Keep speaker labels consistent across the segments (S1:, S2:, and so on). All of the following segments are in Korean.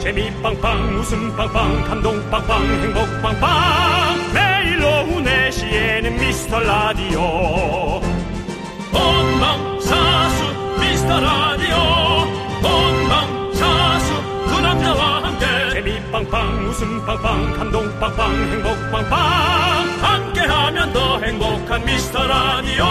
S1: 재미 빵빵 웃음 빵빵 감동 빵빵 행복 빵빵 매일 오후 4시에는 미스터 라디오 본방사수 미스터 라디오 본방사수 그 남자와 함께 재미 빵빵 웃음 빵빵 감동 빵빵 행복 빵빵 함께하면 더 행복한 미스터 라디오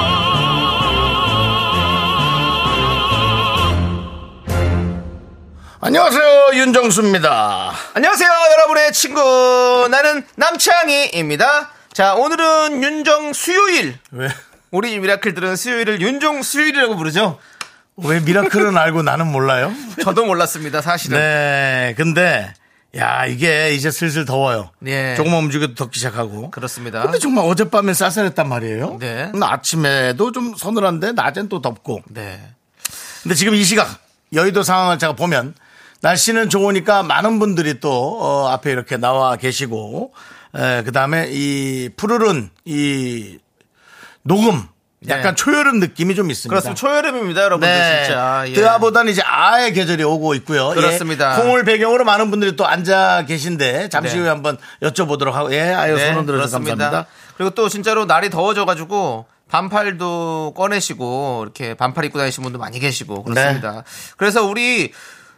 S2: 안녕하세요 윤정수입니다.
S3: 안녕하세요, 여러분의 친구. 나는 남창희입니다. 자, 오늘은 윤정 수요일.
S2: 왜?
S3: 우리 미라클들은 수요일을 윤정 수요일이라고 부르죠?
S2: 왜 미라클은 알고 나는 몰라요?
S3: 저도 몰랐습니다, 사실은.
S2: 네, 근데 야 이게 이제 슬슬 더워요.
S3: 예.
S2: 조금만 움직여도 덥기 시작하고.
S3: 그렇습니다.
S2: 근데 정말 어젯밤엔 쌀쌀했단 말이에요.
S3: 네.
S2: 근데 아침에도 좀 서늘한데 낮엔 또 덥고.
S3: 네.
S2: 근데 지금 이 시각 여의도 상황을 제가 보면 날씨는 좋으니까 많은 분들이 또 어, 앞에 이렇게 나와 계시고 그 다음에 이 푸르른 이 녹음 약간
S3: 네.
S2: 초여름 느낌이 좀 있습니다.
S3: 그렇습니다. 초여름입니다, 여러분들
S2: 네,
S3: 진짜. 예.
S2: 뜨아보다는 이제 아의 계절이 오고 있고요.
S3: 그렇습니다.
S2: 예. 콩을 배경으로 많은 분들이 또 앉아 계신데 잠시
S3: 네.
S2: 후에 한번 여쭤보도록 하고 예, 아유
S3: 네,
S2: 손 흔들어서
S3: 그렇습니다.
S2: 감사합니다.
S3: 그리고 또 진짜로 날이 더워져가지고 반팔도 꺼내시고 이렇게 반팔 입고 다니시는 분도 많이 계시고 그렇습니다.
S2: 네.
S3: 그래서 우리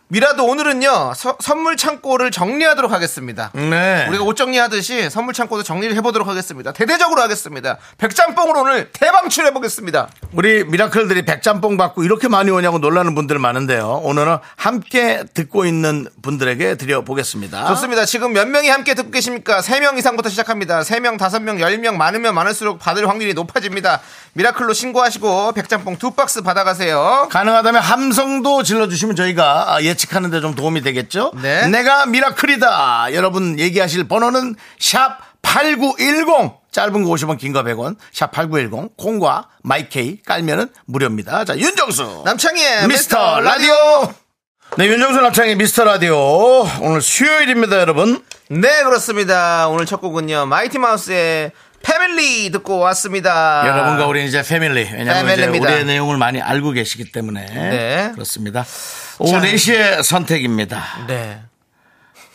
S3: 미라도 오늘은요 서- 선물 창고를 정리하도록 하겠습니다.
S2: 네.
S3: 우리가 옷 정리하듯이 선물 창고도 정리를 해보도록 하겠습니다. 대대적으로 하겠습니다. 백짬뽕으로 오늘 대방출 해보겠습니다.
S2: 우리 미라클들이 백짬뽕 받고 이렇게 많이 오냐고 놀라는 분들 많은데요. 오늘은 함께 듣고 있는 분들에게 드려보겠습니다.
S3: 좋습니다. 지금 몇 명이 함께 듣고 계십니까? 3명 이상부터 시작합니다. 3명, 5명, 10명 많으면 많을수록 받을 확률이 높아집니다. 미라클로 신고하시고 백짬뽕 두 박스 받아가세요.
S2: 가능하다면 함성도 질러주시면 저희가 예측하는데 좀 도움이 되겠죠?
S3: 네.
S2: 내가 미라클이다. 여러분 얘기하실 번호는 샵 8910. 짧은 거 50원, 긴 거 100원. 샵 8910. 콩과 마이케이 깔면은 무료입니다. 자, 윤정수.
S3: 남창희의
S2: 네, 미스터 라디오. 네, 윤정수 남창의 미스터 라디오. 오늘 수요일입니다, 여러분.
S3: 네 그렇습니다 오늘 첫 곡은요 마이티 마우스의 패밀리 듣고 왔습니다
S2: 여러분과 우리는 이제 아. 패밀리. 왜냐하면 이제
S3: 패밀리입니다.
S2: 우리의 내용을 많이 알고 계시기 때문에.
S3: 네.
S2: 그렇습니다. 오후 4시의 선택입니다.
S3: 네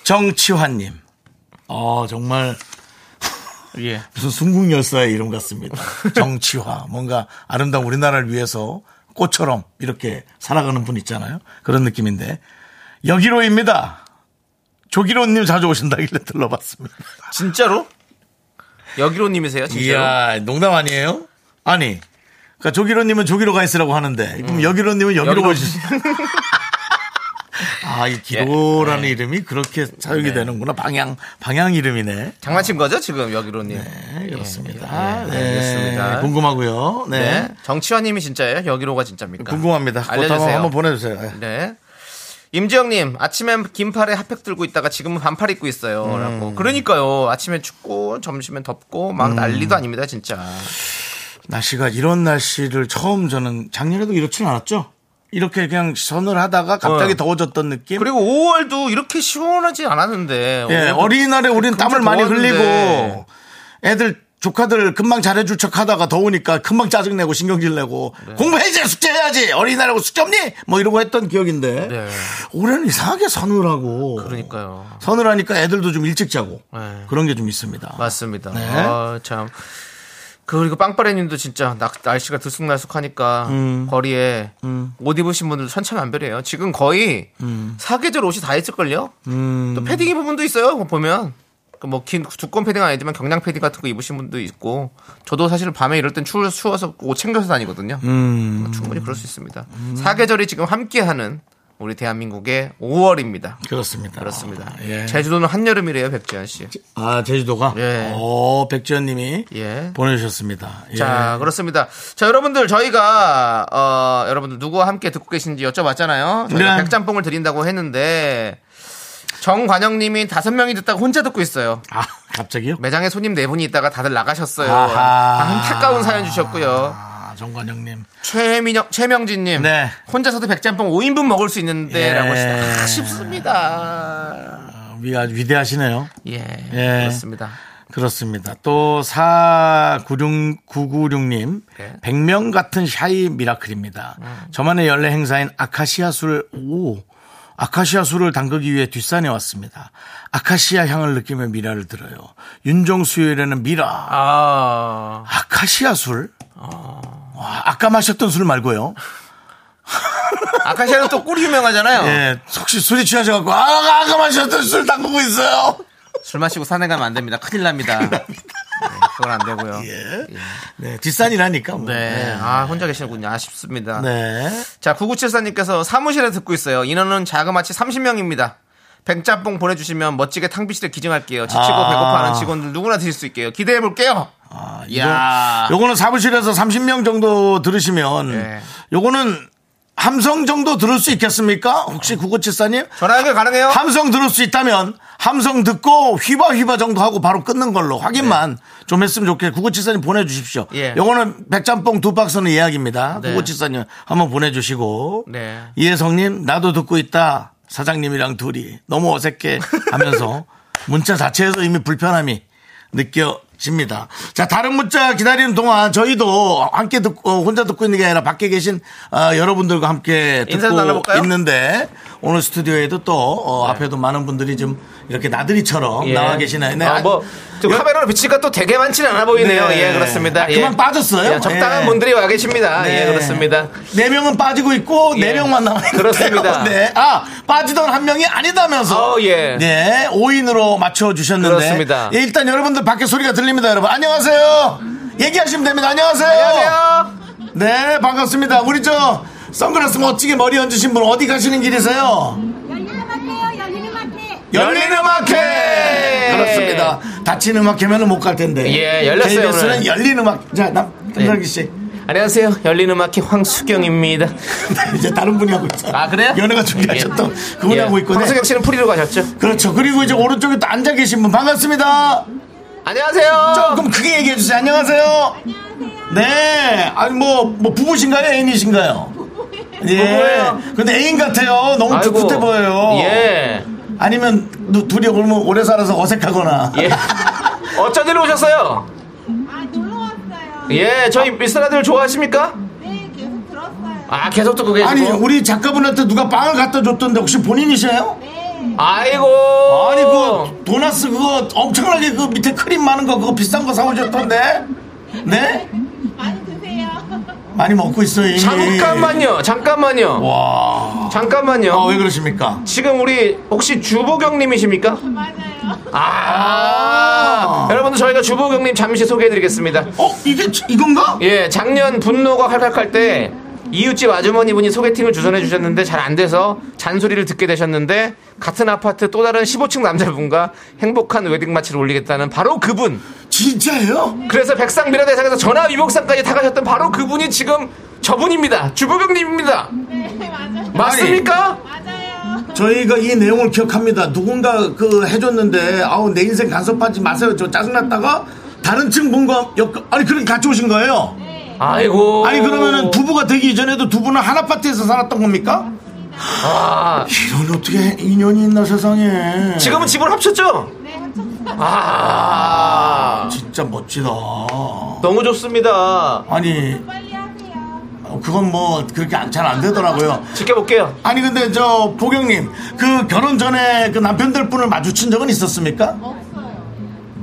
S2: 정치환님. 어, 정말
S3: 예.
S2: 무슨 순국 열사의 이름 같습니다. 정치화. 뭔가 아름다운 우리나라를 위해서 꽃처럼 이렇게 살아가는 분 있잖아요. 그런 느낌인데. 여기로입니다. 조기로님 자주 오신다길래 들러봤습니다.
S3: 진짜로? 여기로님이세요 진짜로?
S2: 이야, 농담 아니에요? 아니. 그러니까 조기로님은 조기로 가 있으라고 하는데, 그럼 여기로님은 음. 여기로
S3: 여기로
S2: 오시 아, 이 기로라는 이름이 그렇게 사용이 되는구나. 방향, 방향 이름이네.
S3: 장난친 거죠 지금 여기로님
S2: 네, 그렇습니다. 네.
S3: 예, 예, 알겠습니다.
S2: 궁금하고요. 네.
S3: 네. 정치화님이 진짜예요? 여기로가 진짜입니까?
S2: 궁금합니다. 그렇다면
S3: 알려주세요
S2: 한번 보내주세요. 예.
S3: 네 임지영님 아침엔 긴팔에 핫팩 들고 있다가 지금은 반팔 입고 있어요
S2: 음.
S3: 라고 그러니까요 아침엔 춥고 점심엔 덥고
S2: 음.
S3: 막 난리도 아닙니다 진짜
S2: 날씨가 이런 날씨를 처음 저는 작년에도 이렇진 않았죠. 이렇게 그냥 서늘하다가 갑자기
S3: 어.
S2: 더워졌던 느낌.
S3: 그리고 5월도 이렇게 시원하지 않았는데.
S2: 예,
S3: 오늘도-
S2: 어린이날에 우리는 땀을 많이 흘리고
S3: 더웠는데.
S2: 애들 조카들 금방 잘해줄 척 하다가 더우니까 금방 짜증내고 신경질 내고
S3: 네.
S2: 공부해야지 숙제해야지 어린이날하고 숙제 없니? 뭐 이러고 했던 기억인데
S3: 네.
S2: 올해는 이상하게 서늘하고
S3: 그러니까요.
S2: 서늘하니까 애들도 좀 일찍 자고
S3: 네.
S2: 그런 게 좀 있습니다.
S3: 맞습니다.
S2: 네.
S3: 아, 참. 그리고 빵빠레님도 진짜 낙- 날씨가 들쑥날쑥하니까
S2: 음.
S3: 거리에 옷 입으신 분들도 천차만별이에요. 지금 거의
S2: 음.
S3: 사계절 옷이 다 있을걸요. 또 패딩 입은 분도 있어요. 그거 보면 그뭐긴 두꺼운 패딩 은 아니지만 경량 패딩 같은 거 입으신 분도 있고 저도 사실 밤에 이럴 땐 추워, 서옷 챙겨서 다니거든요.
S2: 음.
S3: 뭐 충분히 그럴 수 있습니다. 사계절이 지금 함께하는 우리 대한민국의 5월입니다.
S2: 그렇습니다.
S3: 그렇습니다.
S2: 예.
S3: 제주도는 한여름이래요, 백지현 씨.
S2: 아 제주도가.
S3: 예.
S2: 오 백지연님이
S3: 예.
S2: 보내주셨습니다. 예.
S3: 자, 그렇습니다. 자, 여러분들 저희가 어, 여러분들 누구와 함께 듣고 계신지 여쭤봤잖아요. 저희가
S2: 네.
S3: 백짬뽕을 드린다고 했는데 정관영님이 다섯 명이 듣다가 혼자 듣고 있어요.
S2: 아 갑자기요?
S3: 매장에 손님 네 분이 있다가 다들 나가셨어요.
S2: 아하.
S3: 아, 안타까운 사연 주셨고요.
S2: 아 정관영님.
S3: 최민영, 최명진님,
S2: 네.
S3: 혼자서도 백짬뽕 5인분 먹을 수 있는데라고
S2: 예.
S3: 하시다. 아쉽습니다.
S2: 아, 위- 아주 위대하시네요.
S3: 예,
S2: 예.
S3: 그렇습니다.
S2: 그렇습니다. 또 496996님
S3: 네. 음.
S2: 100명 같은 샤이 미라클입니다. 저만의 연례 행사인 아카시아 술 오. 아카시아 술을 담그기 위해 뒷산에 왔습니다. 아카시아 향을 느끼며 미라를 들어요. 윤정수요일에는 미라.
S3: 아,
S2: 아카시아 술? 와, 아까 마셨던 술 말고요.
S3: 아카시아는 또 꿀이 유명하잖아요.
S2: 예, 혹시 술이 취하셔갖고, 아, 아까 마셨던 술 담그고 있어요.
S3: 술 마시고 산에 가면 안 됩니다. 큰일 납니다. 네, 그건 안 되고요.
S2: 예. 네, 뒷산이라니까. 뭐.
S3: 네.
S2: 네.
S3: 아, 혼자 계시는군요. 아쉽습니다.
S2: 네.
S3: 자, 9974님께서 사무실에 듣고 있어요. 인원은 자그마치 30명입니다. 백짬뽕 보내주시면 멋지게 탕비실에 기증할게요. 지치고
S2: 아.
S3: 배고파하는 직원들 누구나 드실 수 있게요. 기대해 볼게요.
S2: 아,
S3: 야.
S2: 이거, 요거는 사무실에서 30명 정도 들으시면
S3: 예.
S2: 요거는 함성 정도 들을 수 있겠습니까? 혹시 9974님?
S3: 전화 연결 가능해요?
S2: 함성 들을 수 있다면 함성 듣고 휘바 휘바 정도 하고 바로 끊는 걸로 확인만 좀 했으면 좋겠어요. 9974님 보내주십시오.
S3: 네. 예.
S2: 요거는 백짬뽕 두 박스는 예약입니다.
S3: 네.
S2: 9974님 한번 보내주시고
S3: 네.
S2: 이혜성님 나도 듣고 있다. 사장님이랑 둘이 너무 어색해 하면서 문자 자체에서 이미 불편함이 느껴집니다. 자 다른 문자 기다리는 동안 저희도 함께 듣고 어, 혼자 듣고 있는 게 아니라 밖에 계신 어, 여러분들과 함께
S3: 인사도
S2: 듣고
S3: 나눠볼까요? 네.
S2: 있는데 오늘 스튜디오에도 또 어, 앞에도 많은 분들이 좀 이렇게 나들이처럼
S3: 예.
S2: 나와 계시나요? 네.
S3: 아, 뭐, 저
S2: 여-
S3: 카메라로 비치니까 또 되게 많지는 않아 보이네요.
S2: 네.
S3: 예, 그렇습니다.
S2: 아, 그만
S3: 예.
S2: 빠졌어요?
S3: 예, 적당한
S2: 예.
S3: 분들이 와 계십니다. 예, 그렇습니다.
S2: 네 명은 빠지고 있고
S3: 예.
S2: 네 명만 남아 있는데요.
S3: 그렇습니다.
S2: 네. 아 빠지던 한 명이 아니다면서.
S3: 어, 예.
S2: 네, 5인으로 맞춰 주셨는데.
S3: 그렇습니다.
S2: 예, 일단 여러분들 밖에 소리가 들립니다, 여러분. 안녕하세요. 얘기하시면 됩니다. 안녕하세요.
S3: 안녕하세요.
S2: 네, 반갑습니다. 우리 저 선글라스 멋지게 머리 얹으신 분 어디 가시는 길이세요?
S4: 열리는 마트예요. 열리는 마트.
S2: 열린 음악회! 그렇습니다. 닫힌 음악회면은 못 갈 텐데.
S3: 예, 열렸어요,
S2: KBS는
S3: 오늘.
S2: 열린 음악. 자, 남, 남기 씨.
S3: 안녕하세요. 열린 음악회 황수경입니다.
S2: 이제 다른 분이 하고 있어.
S3: 아, 그래요?
S2: 연애가 준비하셨던 그분이
S3: 예.
S2: 하고 있거든요.
S3: 황수경 씨는 프리로 가셨죠?
S2: 그렇죠. 그리고 이제 오른쪽에 또 앉아 계신 분 반갑습니다.
S3: 안녕하세요.
S2: 조금 크게 얘기해 주세요. 안녕하세요. 네. 아니 뭐, 뭐 부부신가요? 애인이신가요? 예.
S3: 부부예요.
S2: 근데 애인 같아요. 너무
S3: 아이고.
S2: 풋풋해 보여요.
S3: 예.
S2: 아니면 누- 둘이 얼마 오래 살아서 어색하거나.
S3: 예. 어쩐 일로 오셨어요?
S4: 아 놀러 왔어요.
S3: 예, 저희 미스터라디오를 좋아하십니까?
S4: 네 계속 들었어요.
S3: 아, 계속 듣고 계시고.
S2: 아니 우리 작가분한테 누가 빵을 갖다 줬던데 혹시 본인이세요?
S4: 네.
S3: 아이고. 어.
S2: 아니 그 도나스 그거 엄청나게 그 밑에 크림 많은 거 그거 비싼 거 사오셨던데? 네?
S4: 많이 드세요.
S2: 많이 먹고 있어요. 이미.
S3: 잠깐만요. 잠깐만요.
S2: 예. 와.
S3: 잠깐만요.
S2: 아, 왜 그러십니까?
S3: 지금 우리 혹시 주보경님이십니까?
S4: 맞아요.
S3: 아,
S2: 아.
S3: 여러분들 저희가 주보경님 잠시 소개해드리겠습니다.
S2: 어, 이게 지- 이건가?
S3: 예, 작년 분노가 칼칼할 때 이웃집 아주머니분이 소개팅을 주선해주셨는데 잘 안 돼서 잔소리를 듣게 되셨는데 같은 아파트 또 다른 15층 남자분과 행복한 웨딩 마치를 올리겠다는 바로 그분.
S2: 진짜예요?
S3: 그래서 백상 미라대상에서 전화 위복상까지 타가셨던 바로 그분이 지금 저분입니다. 주보경님입니다.
S4: 네 맞아요.
S3: 맞습니까?
S4: 맞아요.
S2: 저희가 이 내용을 기억합니다. 누군가 그 해줬는데 아우 내 인생 간섭하지 마세요. 저 짜증났다가 다른 층 분과 엮 아니 그렇게 같이 오신 거예요?
S3: 아이고.
S2: 아니 그러면은 부부가 되기 이전에도 두 분은 한 아파트에서 살았던 겁니까?
S3: 아,
S2: 이런 어떻게 인연이 있나 세상에.
S3: 지금은 집을 합쳤죠?
S4: 네 합쳤어요.
S3: 아,
S2: 진짜 멋지다.
S3: 너무 좋습니다.
S2: 아니
S4: 빨리 하세요.
S2: 어, 그건 뭐 그렇게 잘 안 되더라고요.
S3: 지켜볼게요.
S2: 아니 근데 저 보경님 그 결혼 전에 그 남편들 분을 마주친 적은 있었습니까?
S4: 없어요.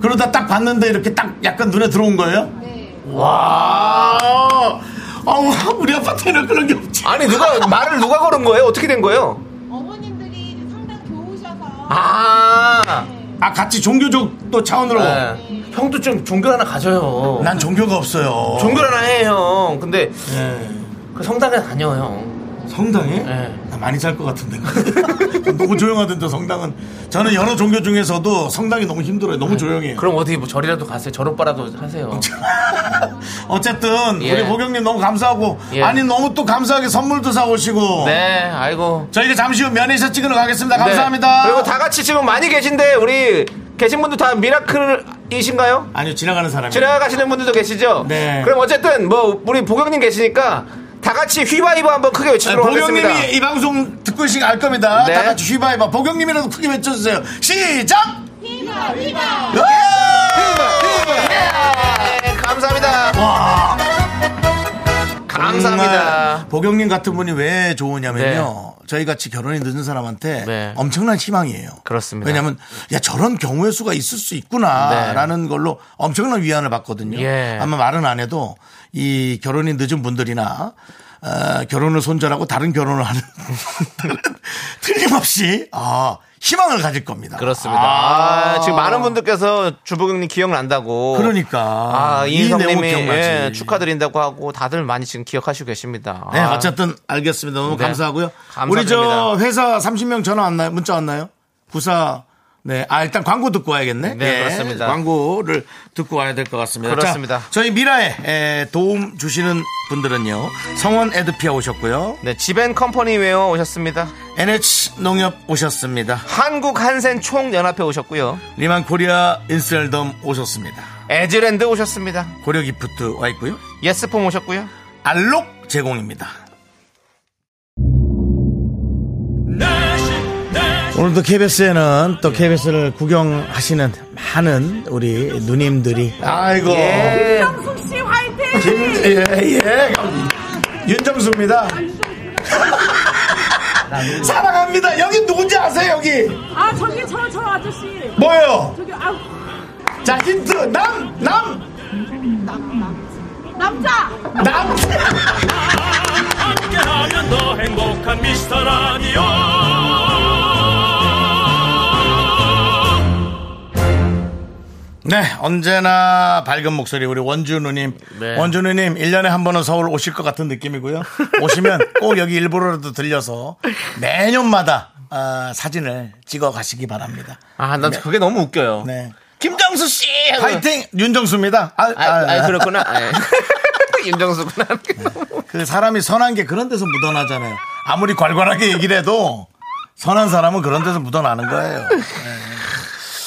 S2: 그러다 딱 봤는데 이렇게 딱 약간 눈에 들어온 거예요?
S4: 네.
S2: 와, 아 우리 아파트에는 그런 게 없지.
S3: 아니 누가 말을 누가 걸은 거예요? 어떻게 된 거예요?
S4: 어머님들이 상당 교우셔서. 네.
S3: 아,
S2: 아 같이 종교적 또 차원으로.
S3: 네. 형도 좀 종교 하나 가져요.
S2: 난 종교가 없어요.
S3: 종교 하나 해 형. 근데
S2: 예.
S3: 그 성당에 다녀 형.
S2: 성당에?
S3: 네.
S2: 나 많이 살 것 같은데. 너무 조용하던데 성당은. 저는 여러 종교 중에서도 성당이 너무 힘들어요. 너무 조용해요.
S3: 네. 그럼 어디 뭐 절이라도 가세요. 절오빠라도 하세요.
S2: 어쨌든
S3: 예.
S2: 우리 보경님 너무 감사하고
S3: 예.
S2: 아니 너무 또 감사하게 선물도 사오시고
S3: 네, 아이고.
S2: 저희가 잠시 후 면회샷 찍으러 가겠습니다.
S3: 네.
S2: 감사합니다.
S3: 그리고 다 같이 지금 많이 계신데 우리 계신 분들 다 미라클이신가요?
S2: 아니요 지나가는 사람이
S3: 지나가시는 분들도 계시죠?
S2: 네.
S3: 그럼 어쨌든 뭐 우리 보경님 계시니까 다 같이 휘바이바 한번 크게 외치도록 하겠습니다.
S2: 네, 보경님이 이 방송 듣고 계신 알 겁니다.
S3: 네.
S2: 다 같이 휘바이바 보경님이라도 크게 외쳐주세요. 시작.
S4: 피가 피가.
S3: 예, 감사합니다.
S2: 와
S3: 감사합니다. 맞습니다.
S2: 보경님 같은 분이 왜 좋으냐면요. 저희 같이 결혼이 늦은 사람한테
S3: 네.
S2: 엄청난 희망이에요.
S3: 그렇습니다.
S2: 왜냐하면 야 저런 경우의 수가 있을 수
S3: 네.
S2: 있구나라는 걸로 엄청난 위안을 받거든요.
S3: 예.
S2: 아마 말은 안 해도 이 결혼이 늦은 분들이나 어, 결혼을 손절하고 다른 결혼을 하는 분들은 틀림없이 아, 희망을 가질 겁니다.
S3: 그렇습니다.
S2: 아.
S3: 아, 지금 많은 분들께서 주부경님 기억난다고.
S2: 그러니까
S3: 아,
S2: 이 내용
S3: 이인성님이
S2: 기억나지.
S3: 예, 축하드린다고 하고 다들 많이 지금 기억하시고 계십니다.
S2: 네,
S3: 아,
S2: 어쨌든 알겠습니다. 너무
S3: 네.
S2: 감사하고요.
S3: 감사드립니다.
S2: 우리 저 회사 30명 전화 왔나요? 문자 왔나요? 구사 네, 아 일단 광고 듣고 와야겠네.
S3: 네,
S2: 예,
S3: 그렇습니다.
S2: 광고를 듣고 와야 될 것 같습니다.
S3: 그렇습니다.
S2: 자, 저희 미라에 에, 도움 주시는 분들은요. 성원 에드피아 오셨고요.
S3: 네, 지벤 컴퍼니 웨어 오셨습니다.
S2: NH 농협 오셨습니다.
S3: 한국 한센 총연합회 오셨고요.
S2: 리만 코리아 인셀덤 오셨습니다.
S3: 에즈랜드 오셨습니다.
S2: 고려 기프트 와 있고요.
S3: 예스폼 오셨고요.
S2: 어. 알록 제공입니다. 오늘도 KBS에는 또 KBS를 구경하시는 많은 우리 누님들이 아이고
S3: 예.
S2: 예, 예. 윤정수입니다 사랑합니다 여기 누군지 아세요 여기
S5: 아 저기 저 저 아저씨
S2: 뭐예요
S5: 저기 아
S2: 자 힌트 남남
S5: 남자
S2: 남.
S1: 함께하면 더 행복한 미스터 라디오
S2: 네, 언제나 밝은 목소리 우리 원주 누님.
S3: 네.
S2: 원주 누님 1년에 한 번은 서울 오실 것 같은 느낌이고요. 오시면 꼭 여기 일부러라도 들려서 매년마다 아, 사진을 찍어 가시기 바랍니다.
S3: 아, 난 그게 너무 웃겨요.
S2: 네.
S3: 김정수 씨!
S2: 파이팅 윤정수입니다. 아,
S3: 아,
S2: 아,
S3: 아, 그렇구나. 예. 임정수구나.
S2: 그 사람이 선한 게 그런 데서 묻어나잖아요. 아무리 괄괄하게 얘기를 해도 선한 사람은 그런 데서 묻어나는 거예요. 네.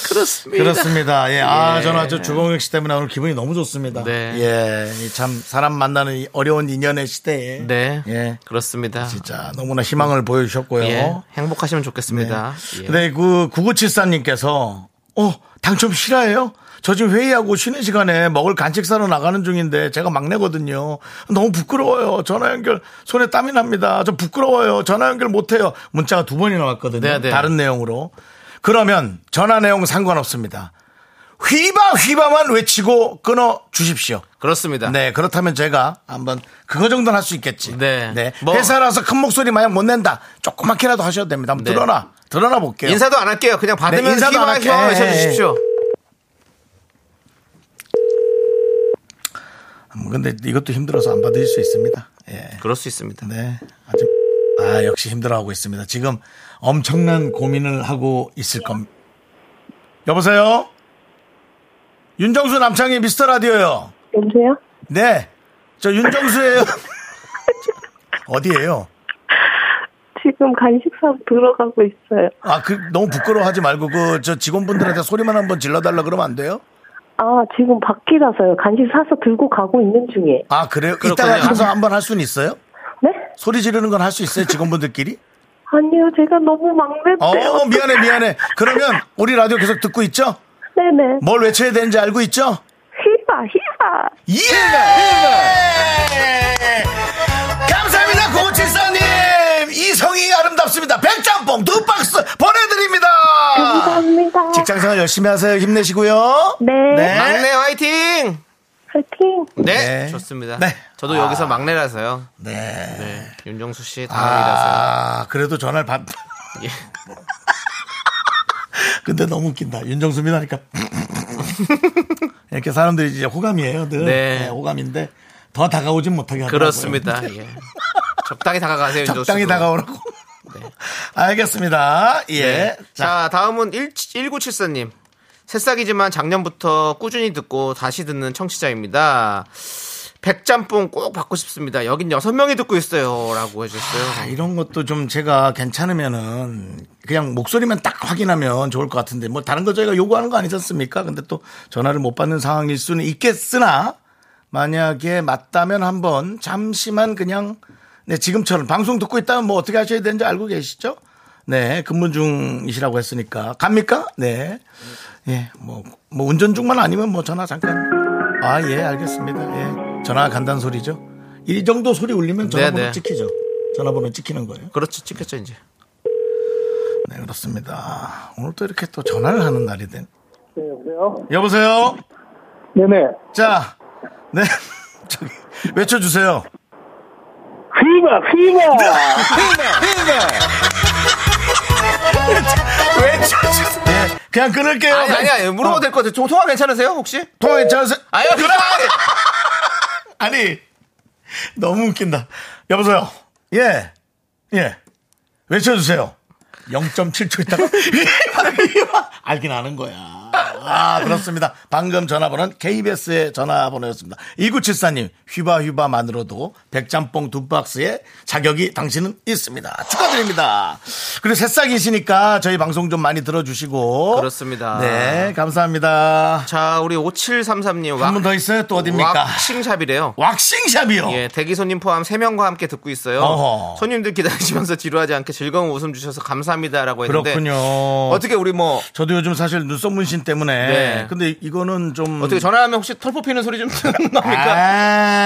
S3: 그렇습니다.
S2: 그렇습니다. 예. 아,
S3: 예.
S2: 저는 아주 주공혁 씨 때문에 오늘 기분이 너무 좋습니다.
S3: 네.
S2: 예. 이참 사람 만나는 이 어려운 인연의 시대에
S3: 네.
S2: 예.
S3: 그렇습니다.
S2: 진짜 너무나 희망을 보여주셨고요.
S3: 예. 행복하시면 좋겠습니다. 예.
S2: 근데 그 9974님께서 어 당첨 실화예요? 저 지금 회의하고 쉬는 시간에 먹을 간식 사러 나가는 중인데 제가 막내거든요. 너무 부끄러워요. 전화 연결 손에 땀이 납니다. 저 부끄러워요. 전화 연결 못해요. 문자가 두 번이나 왔거든요.
S3: 네, 네.
S2: 다른 내용으로. 그러면 전화 내용 상관없습니다. 휘바 휘바만 외치고 끊어 주십시오.
S3: 그렇습니다.
S2: 네, 그렇다면 제가 한번 그거 정도는 할 수 있겠지.
S3: 네. 뭐-
S2: 회사라서 큰 목소리 마냥 못 낸다. 조그맣게라도 하셔도 됩니다. 한번
S3: 네.
S2: 드러나. 드러나 볼게요.
S3: 인사도 안 할게요. 그냥 받으면
S2: 네, 인사도 안
S3: 희망,
S2: 할게.
S3: 희망 외쳐주십시오.
S2: 음, 근데 이것도 힘들어서 안 받으실 수 있습니다. 예.
S3: 그럴 수 있습니다.
S2: 네. 아직 아, 역시 힘들어하고 있습니다. 지금 엄청난 고민을 하고 있을 겁니다. 여보세요? 윤정수 남창희 미스터 라디오요.
S6: 여보세요?
S2: 네. 저 윤정수예요. 어디예요?
S6: 지금 간식사 들어가고 있어요.
S2: 아, 그 너무 부끄러워하지 말고 그 저 직원분들한테 소리만 한번 질러달라 그러면 안 돼요?
S6: 아, 지금 밖이라서요. 간식 사서 들고 가고 있는 중이에요.
S2: 아, 그래요? 이따가
S3: 그렇군요.
S2: 가서 한번 할 수는 있어요?
S6: 네?
S2: 소리 지르는 건 할 수 있어요? 직원분들끼리?
S6: 아니요, 제가 너무 막내인데요.
S2: 어, 미안해, 미안해. 그러면 우리 라디오 계속 듣고 있죠?
S6: 네네.
S2: 뭘 외쳐야 되는지 알고 있죠?
S6: 히바, 히바.
S2: 예! 감사합니다, 고칠사님! 이성이 아름답습니다. 백짬뽕 두 박스 보내드립니다!
S6: 감사합니다.
S2: 아, 직장생활 열심히 하세요. 힘내시고요.
S6: 네.
S3: 막내 화이팅!
S6: 파이팅.
S3: 네.
S2: 네.
S3: 좋습니다.
S2: 네.
S3: 저도 여기서 막내라서요.
S2: 네.
S3: 네. 윤정수 씨 다음이라서요.
S2: 아, 그래도 전화를 받.
S3: 예.
S2: 근데 너무 웃긴다. 윤정수민 하니까. 이렇게 사람들이 이제 호감이에요. 늘.
S3: 네.
S2: 네, 호감인데 더 다가오진 못하게 하더라고요.
S3: 그렇습니다. 예. 적당히 다가가세요, 윤정수
S2: 네. 적당히
S3: 씨도.
S2: 다가오라고. 알겠습니다. 예.
S3: 네.
S2: 자,
S3: 자, 다음은 1, 1974님. 새싹이지만 작년부터 꾸준히 듣고 다시 듣는 청취자입니다. 백짬뽕 꼭 받고 싶습니다. 여긴 여섯 명이 듣고 있어요. 라고
S2: 아,
S3: 해주셨어요.
S2: 이런 것도 좀 제가 괜찮으면은 그냥 목소리만 딱 확인하면 좋을 것 같은데 뭐 다른 거 저희가 요구하는 거 아니지 않습니까? 근데 또 전화를 못 받는 상황일 수는 있겠으나 만약에 맞다면 한번 잠시만 그냥 네, 지금처럼 방송 듣고 있다면 뭐 어떻게 하셔야 되는지 알고 계시죠? 네, 근무 중이시라고 했으니까 갑니까? 네. 예, 뭐, 뭐 운전 중만 아니면 뭐 전화 잠깐. 아, 예, 알겠습니다. 예. 전화 간단 소리죠. 이 정도 소리 울리면 전화번호
S3: 네, 네.
S2: 찍히죠. 전화번호 찍히는 거예요.
S3: 그렇죠. 찍혔죠, 이제.
S2: 네, 그렇습니다. 오늘 또 이렇게 또 전화를 하는 날이 된.
S7: 네, 여보세요?
S2: 여보세요?
S7: 네네.
S2: 자, 네. 저기, 외쳐주세요.
S7: 휘바, 휘바!
S2: 외쳐주세요. 네, 그냥 끊을게요. 어,
S3: 아니, 아니, 아니. 물어봐도 될 것 같아요. 저 통화 괜찮으세요, 혹시?
S2: 통화 괜찮으세요?
S3: 아유, 그래!
S2: 아니, 너무 웃긴다. 여보세요? 예, 예. 외쳐주세요. 0.7초 있다가 알긴 아는 거야. 아, 그렇습니다. 방금 전화번호는 KBS의 전화번호였습니다. 2974님, 휘바휘바만으로도 백짬뽕 두 박스에 자격이 당신은 있습니다. 축하드립니다. 그리고 새싹이시니까 저희 방송 좀 많이 들어주시고.
S3: 그렇습니다.
S2: 네, 감사합니다.
S3: 자, 우리 5733님.
S2: 한 분 더 있어요? 또 어딥니까?
S3: 왁싱샵이래요.
S2: 왁싱샵이요.
S3: 예, 대기 손님 포함 3명과 함께 듣고 있어요.
S2: 어허.
S3: 손님들 기다리시면서 지루하지 않게 즐거운 웃음 주셔서 감사합니다라고 했는데
S2: 그렇군요.
S3: 어떻게 우리 뭐
S2: 저도 요즘 사실 눈썹 문신 때문에
S3: 네.
S2: 근데 이거는 좀
S3: 어떻게 전화하면 혹시 털포 피는 소리 좀 듣는
S2: 아.
S3: 겁니까?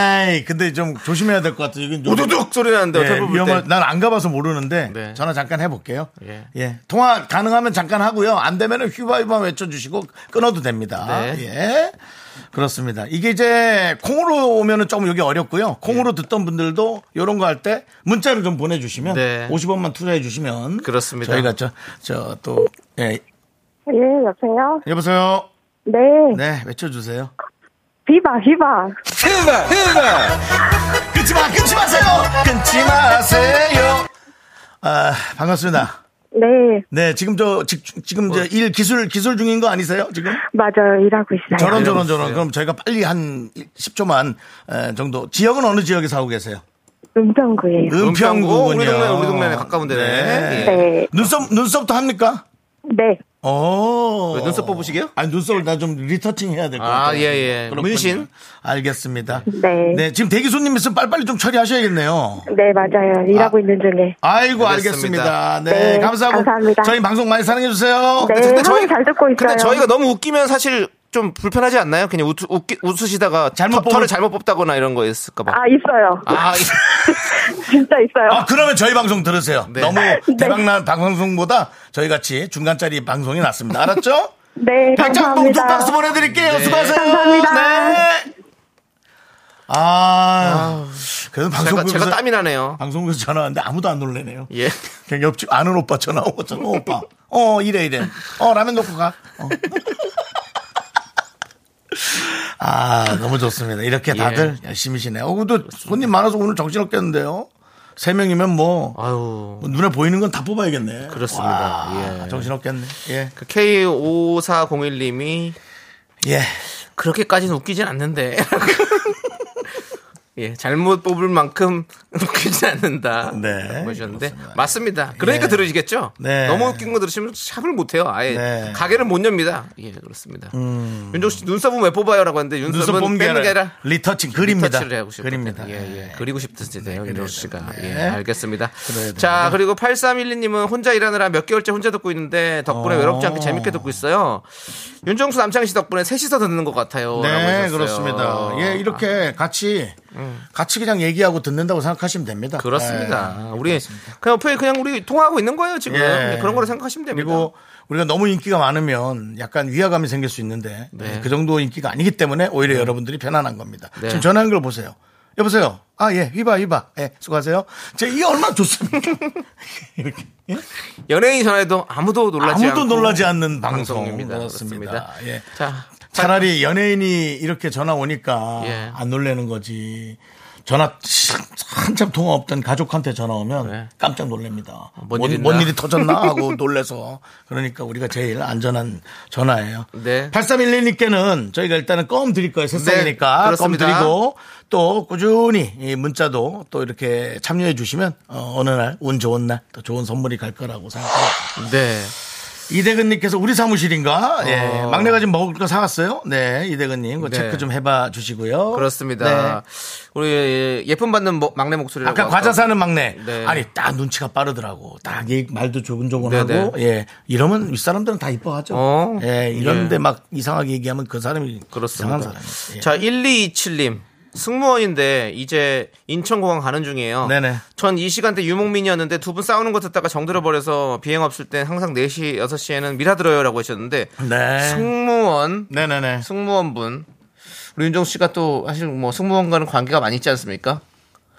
S2: 아이, 근데 좀 조심해야 될 것 같아요. 이건 좀-
S3: 우두둑 소리 나는데
S2: 예,
S3: 털포
S2: 위험한-
S3: 필 때.
S2: 난안 가봐서 모르는데
S3: 네.
S2: 전화 잠깐 해볼게요. 예.
S3: 예.
S2: 통화 가능하면 잠깐 하고요. 안 되면은 휘바휘바 외쳐주시고 끊어도 됩니다.
S3: 네.
S2: 예. 그렇습니다. 이게 이제 콩으로 오면은 조금 여기 어렵고요. 콩으로
S3: 예.
S2: 듣던 분들도 이런 거 할 때 문자를 좀 보내주시면
S3: 네.
S2: 50원만 투자해 주시면
S3: 그렇습니다.
S2: 저희가 저저또 예.
S6: 예, 여보세요?
S2: 여보세요.
S6: 네.
S2: 네 외쳐주세요.
S6: 비바, 비바.
S2: 끊지 마, 끊지 마세요. 끊지 마세요. 아 반갑습니다.
S6: 네.
S2: 네, 지금 저 직, 지금 저 일 기술 기술 중인 거 아니세요? 지금?
S6: 맞아요. 일하고 있어요.
S2: 저런
S3: 이러고
S2: 저런 저런.
S3: 있어요.
S2: 그럼 저희가 빨리 한 10초만 정도. 지역은 어느 지역에 사고 계세요?
S6: 은평구예요.
S2: 은평구군요.
S3: 우리 동네 우리 동네 가까운 데네.
S2: 네.
S3: 예.
S6: 네.
S2: 눈썹 눈썹도 합니까?
S6: 네.
S2: 어.
S3: 왜 눈썹 뽑으시게요?
S2: 아니 눈썹을 나 좀 리터칭 해야 될 것
S3: 아,
S2: 같아요.
S3: 예, 예.
S2: 그렇군요.
S3: 문신?
S2: 알겠습니다.
S6: 네.
S2: 네, 지금 대기 손님 있으면 빨리빨리 좀 처리하셔야겠네요.
S6: 네, 맞아요. 일하고 있는 중에.
S2: 아이고
S3: 알겠습니다.
S2: 알겠습니다. 네,
S6: 네,
S2: 감사하고
S6: 감사합니다.
S2: 저희 방송 많이 사랑해 주세요.
S6: 네, 항상 잘 듣고 있어요.
S3: 근데 저희가 너무 웃기면 사실 좀 불편하지 않나요? 그냥 웃, 웃기, 웃으시다가
S2: 잘못
S3: 잘못
S2: 뽑은-
S3: 털을 잘못 뽑다거나 이런 거 있을까 봐.
S6: 아, 있어요.
S3: 아,
S6: 진짜 있어요.
S2: 아, 그러면 저희 방송 들으세요.
S3: 네.
S2: 너무 대박난 방송보다 저희 같이 중간짜리 방송이 낫습니다. 알았죠?
S6: 네,
S2: 백장봉 두
S6: 감사합니다.
S2: 박스 보내드릴게요. 수고하세요.
S6: 감사합니다.
S2: 네. 아, 그래도
S3: 제가,
S2: 방송국에서
S3: 제가 땀이 나네요.
S2: 방송국에서 전화 왔는데 아무도 안 놀래네요.
S3: 예.
S2: 그냥 옆집 아는 오빠 전화 오잖아. 오빠. 어, 이래, 이래. 어, 라면 놓고 가. 어. 아, 너무 좋습니다. 이렇게
S3: 예.
S2: 다들 열심히시네요. 어, 근데 손님 많아서 오늘 정신없겠는데요? 세 명이면 뭐,
S3: 아유.
S2: 뭐 눈에 보이는 건 다 뽑아야겠네.
S3: 그렇습니다.
S2: 와,
S3: 예.
S2: 정신없겠네. 예.
S3: 그 K5401님이
S2: 예.
S3: 그렇게까지는 웃기진 않는데. 예, 잘못 뽑을 만큼 웃기지 않는다.
S2: 네,
S3: 네. 보셨는데
S2: 그렇습니다.
S3: 맞습니다. 그러니까
S2: 예.
S3: 들으시겠죠?
S2: 네.
S3: 너무 웃긴 거 들으시면 샵을 못 해요. 아예
S2: 네. 음.
S3: 가게를 못 엽니다. 예, 그렇습니다. 윤종 씨 눈썹은 왜 뽑아요라고 하는데
S2: 눈썹
S3: 윤썹은
S2: 뽑는 게
S3: 빼는 게
S2: 아니라
S3: 아니라
S2: 리터칭, 그림입니다.
S3: 리터치를 하고 싶
S2: 그립니다.
S3: 예, 예. 그리고 싶으세요, 윤종 씨가.
S2: 네.
S3: 예, 알겠습니다.
S2: 그래야
S3: 자, 그리고 8312님은 혼자 일하느라 몇 개월째 혼자 듣고 있는데 덕분에
S2: 어.
S3: 외롭지 않게 재밌게 듣고 있어요. 윤종수 남창희 씨 덕분에 셋이서 듣는 것 같아요. 라고
S2: 네,
S3: 해주셨어요.
S2: 그렇습니다. 예, 이렇게 같이, 같이 그냥 얘기하고 듣는다고 생각하시면 됩니다.
S3: 아, 그렇습니다.
S2: 예.
S3: 우리 그냥 옆에 그냥 우리 통화하고 있는 거예요 지금. 네,
S2: 예.
S3: 그런 거로 생각하시면 됩니다.
S2: 그리고 우리가 너무 인기가 많으면 약간 위화감이 생길 수 있는데
S3: 네.
S2: 그 정도 인기가 아니기 때문에 오히려 여러분들이 편안한 겁니다.
S3: 네.
S2: 지금 전화 연결 보세요. 여보세요. 아, 예. 휘바, 휘바. 예. 수고하세요. 제 이게 얼마나 좋습니까? 이렇게. 예?
S3: 연예인 전화에도 아무도 놀라지
S2: 아무도
S3: 않고
S2: 놀라지 않는 방송입니다.
S3: 방송입니다.
S2: 그렇습니다.
S3: 그렇습니다.
S2: 예.
S3: 자,
S2: 차라리 연예인이 이렇게 전화 오니까
S3: 예.
S2: 안 놀래는 거지. 전화 한참 통화 없던 가족한테 전화 오면
S3: 네.
S2: 깜짝 놀랍니다.
S3: 어, 뭔
S2: 뭔,
S3: 일 있나?
S2: 뭔 일이 터졌나 하고 놀래서 그러니까 우리가 제일 안전한 전화예요.
S3: 네.
S2: 8311님께는 저희가 일단은 껌 드릴 거예요. 새싹이니까
S3: 네,
S2: 껌
S3: 그렇습니다.
S2: 드리고 또 꾸준히 이 문자도 또 이렇게 참여해 주시면 어, 느 날 운 좋은 날 또 좋은 선물이 갈 거라고 생각합니다.
S3: 네.
S2: 이대근님께서 우리 사무실인가? 예.
S3: 어.
S2: 막내가 지금 먹을 거 사왔어요? 네, 이대근님. 그거
S3: 네.
S2: 체크 좀 해봐 주시고요.
S3: 그렇습니다.
S2: 네.
S3: 우리 예쁨 받는 뭐- 막내 목소리라고
S2: 아까
S3: 아까-
S2: 과자 사는 막내.
S3: 네.
S2: 아니, 딱 눈치가 빠르더라고. 딱 이 말도
S3: 네,
S2: 조근조근하고, 예. 이러면 윗사람들은 다 이뻐하죠.
S3: 어.
S2: 예. 이런데
S3: 예.
S2: 막 이상하게 얘기하면 그 사람이
S3: 그렇습니다.
S2: 이상한 사람이에요. 예.
S3: 자, 1227님. 승무원인데 이제 인천공항 가는 중이에요.
S2: 네네.
S3: 전 이 시간대 유목민이었는데 두 분 싸우는 거 듣다가 정들어 버려서 비행 없을 땐 항상 4시, 6시에는 미라 들어요라고 하셨는데
S2: 네.
S3: 승무원,
S2: 네네네.
S3: 승무원분 우리 윤종 씨가 또 사실 뭐 승무원과는 관계가 많이 있지 않습니까?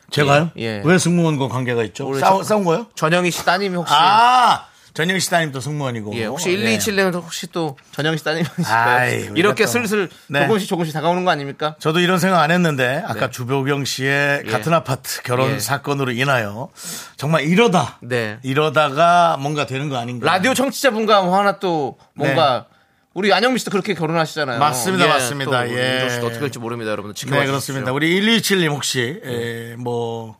S2: 제가요?
S3: 예.
S2: 왜 승무원과 관계가 있죠?
S3: 우리
S2: 싸우,
S3: 저-
S2: 싸운 거요?
S3: 전영희 씨 따님이 혹시
S2: 아! 전영 씨 따님도 승무원이고.
S3: 예, 혹시
S2: 예.
S3: 1227님 혹시 또 전영희 씨
S2: 아이,
S3: 따님이실까요?
S2: 우리가
S3: 이렇게
S2: 또-
S3: 슬슬
S2: 네.
S3: 조금씩 조금씩 다가오는 거 아닙니까?
S2: 저도 이런 생각 안 했는데 아까
S3: 네.
S2: 주보경 씨의
S3: 예.
S2: 같은 아파트 결혼
S3: 예.
S2: 사건으로 인하여 정말 이러다
S3: 네.
S2: 이러다가 뭔가 되는 거 아닌가 네,
S3: 라디오 청취자분과 뭐 하나 또 뭔가 우리 안영미 씨도 그렇게 결혼하시잖아요.
S2: 맞습니다, 맞습니다.
S3: 또
S2: 예.
S3: 윤종 씨도 어떻게 될지 모릅니다, 여러분. 지켜봐
S2: 네
S3: 주십시오.
S2: 그렇습니다 우리 127님 혹시 에, 뭐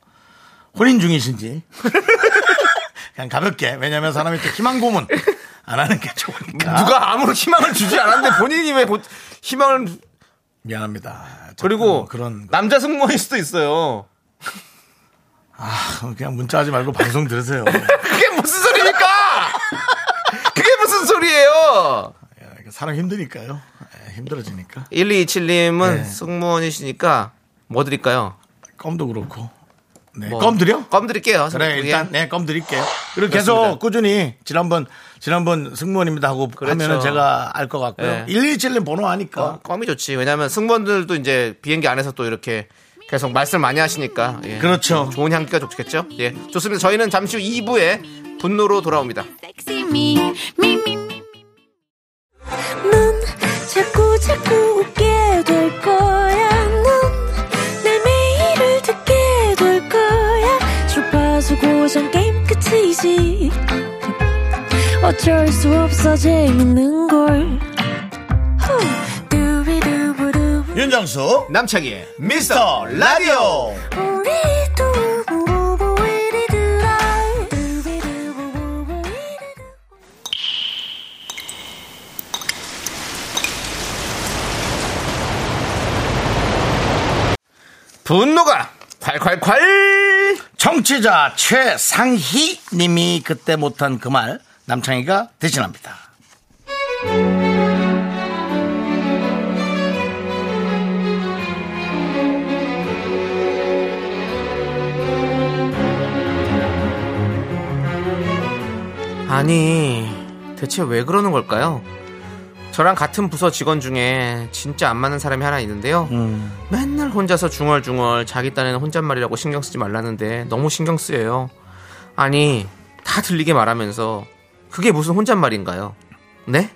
S2: 혼인 중이신지 그냥 가볍게 왜냐면 사람이 또 희망 고문 안 하는 게 좋으니까
S3: 누가 아무런 희망을 주지 않았는데 본인이 왜 곧 희망을
S2: 미안합니다 자꾸
S3: 그리고
S2: 어, 그런 거.
S3: 남자 승무원일 수도 있어요.
S2: 그냥 문자하지 말고 방송 들으세요
S3: 그게 무슨 소리입니까? 그게 무슨 소리예요?
S2: 예, 사람 힘드니까요 예, 힘들어지니까
S3: 1227님은
S2: 네.
S3: 승무원이시니까 뭐 드릴까요?
S2: 껌도 그렇고 네,
S3: 뭐,
S2: 껌 드려?
S3: 껌 드릴게요.
S2: 그래
S3: 예.
S2: 일단 네, 껌 드릴게요. 그리고
S3: 그렇습니다.
S2: 계속 꾸준히 지난번 지난번 승무원입니다 하고
S3: 그렇죠. 어.
S2: 하면은 제가 알 것 같고요.
S3: 네.
S2: 117님 번호 아니까.
S3: 껌, 껌이 좋지. 왜냐하면 승무원들도 이제 비행기 안에서 또 이렇게 계속 말씀 많이 하시니까 예.
S2: 그렇죠.
S3: 좋은 향기가 좋겠죠. 예, 좋습니다. 저희는 잠시 후 2부에 분노로 돌아옵니다.
S8: 넌 자꾸 자꾸 웃게 될 거야. 넌내 매일을 듣게 될 거야. 주파수 고정 게임 끝이지. 어쩔 수 없어 재밌는 걸. 후. 두비두부두부.
S2: 윤정수
S3: 남창희의
S2: 미스터 라디오.
S8: 우리 두부부부 우리들아. 두비두부부부 우리들아.
S3: 분노가 콸콸콸.
S2: 정치자 최상희 님이 그때 못한 그 말 남창희가 대신합니다.
S3: 아니, 대체 왜 그러는 걸까요? 저랑 같은 부서 직원 중에 진짜 안 맞는 사람이 하나 있는데요.
S2: 음.
S3: 맨날 혼자서 중얼중얼 자기 딴에는 혼잣말이라고 신경 쓰지 말라는데 너무 신경 쓰여요. 아니, 다 들리게 말하면서 그게 무슨 혼잣말인가요? 네?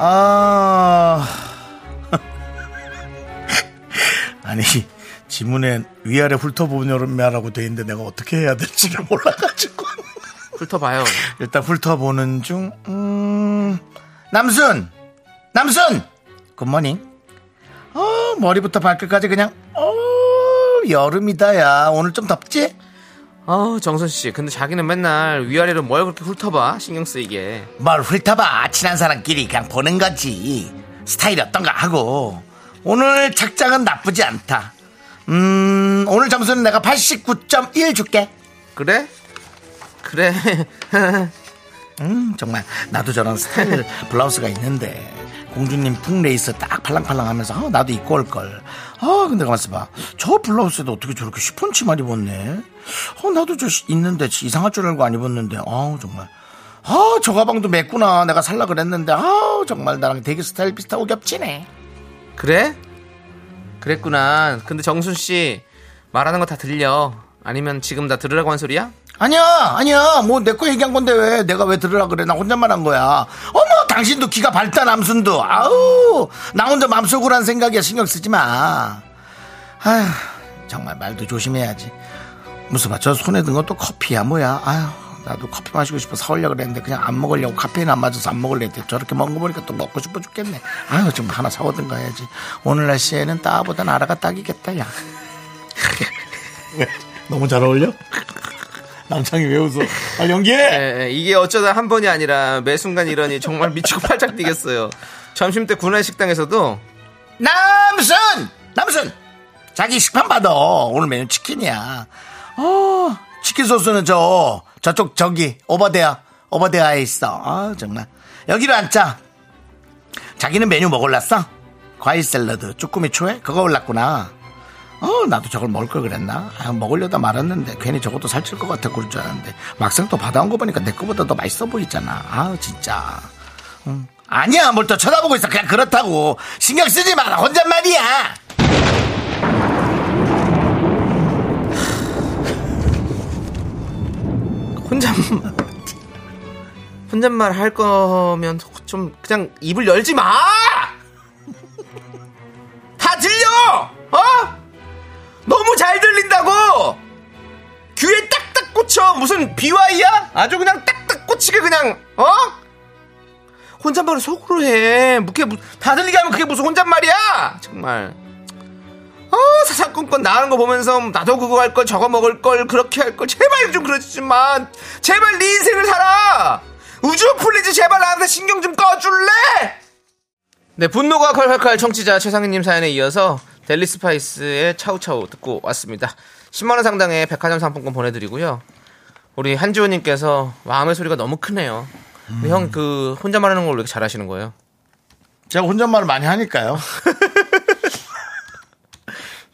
S2: 아 아니 지문에 위아래 훑어보면이라고 돼 있는데 내가 어떻게 해야 될지를 몰라가지고
S3: 훑어봐요.
S2: 일단 훑어보는 중 음, 남순 남순 굿모닝 어 머리부터 발끝까지 그냥 어 여름이다야 오늘 좀 덥지
S3: 아우, 정선씨. 근데 자기는 맨날 위아래로 뭘 그렇게 훑어봐? 신경 쓰이게.
S2: 뭘 훑어봐 친한 사람끼리 그냥 보는 거지 스타일 어떤가 하고 오늘 착장은 나쁘지 않다 음 오늘 점수는 내가 89.1 줄게
S3: 그래? 그래.
S2: 음 정말 나도 저런 스타일 블라우스가 있는데 공주님 풍레이스 딱 팔랑팔랑하면서 어, 나도 입고 올걸 아 근데 가만있어 봐저 블라우스에도 어떻게 저렇게 시폰치만 입었네 어 나도 저 시- 있는데 지- 이상할 줄 알고 안 입었는데 아우 정말 아 저 가방도 맸구나 내가 살라 그랬는데 아우 정말 나랑 되게 스타일 비슷하고 겹치네
S3: 그래? 그랬구나. 근데 정순 씨 말하는 거 다 들려. 아니면 지금 나 들으라고 한 소리야?
S2: 아니야 아니야 뭐 내 거 얘기한 건데 왜 내가 왜 들으라 그래 나 혼잣말 한 거야 어머 당신도 귀가 밝다 남순도 아우 나 혼자 맘속으로 한 생각이야 신경 쓰지 마 아휴 정말 말도 조심해야지 무슨 봐 저 손에 든 것도 커피야 뭐야 아휴 나도 커피 마시고 싶어 사오려고 그랬는데 그냥 안 먹으려고 카페인 안 맞아서 안 먹으려 했는데 저렇게 먹은 거 보니까 또 먹고 싶어 죽겠네 아휴 좀 하나 사오든가 해야지 오늘 날씨에는 따보다 나라가 딱이겠다 야 너무 잘 어울려? 남창이 왜 웃어? 아 연기해.
S3: 예, 예, 이게 어쩌다 한 번이 아니라 매 순간 이러니 정말 미치고 팔짝 뛰겠어요. 점심 때 군내 식당에서도
S2: 남순, 남순, 자기 식판 받아. 오늘 메뉴 치킨이야. 어, 치킨 소스는 저 저쪽 저기 오버데아 오버데아에 있어. 아 정말 여기로 앉자. 자기는 메뉴 뭐 골랐어? 과일 샐러드, 쭈꾸미 초에? 그거 골랐구나. 어, 나도 저걸 먹을 걸 그랬나? 아, 먹으려다 말았는데 괜히 저것도 살찔 것 같아 그럴 줄 알았는데 막상 또 받아온 거 보니까 내 거보다 더 맛있어 보이잖아. 아, 진짜. 응. 아니야, 뭘 또 쳐다보고 있어. 그냥 그렇다고. 신경 쓰지 마라. 혼잣말이야.
S3: 혼잣말. 혼잣말 할 거면 좀 그냥 입을 열지 마! 다 들려! 어? 너무 잘 들린다고! 귀에 딱딱 꽂혀! 무슨 비와이야? 아주 그냥 딱딱 꽂히게 그냥, 어? 혼잣말을 속으로 해. 그게 무- 다 들리게 하면 그게 무슨 혼잣말이야! 정말. 어, 사사건건 나가는 거 보면서 나도 그거 할 걸, 저거 먹을 걸, 그렇게 할 걸, 제발 좀 그러지 좀 마. 제발 네 인생을 살아! 우주 플리즈 제발 나한테 신경 좀 꺼줄래! 네, 분노가 칼칼칼 청취자 최상희님 사연에 이어서 델리 스파이스의 차우차우 듣고 왔습니다. 10만원 상당의 백화점 상품권 보내드리고요. 우리 한지호님께서 마음의 소리가 너무 크네요. 근데 형, 그, 혼자 말하는 걸 왜 이렇게 잘하시는 거예요?
S2: 제가 혼잣말을 많이 하니까요.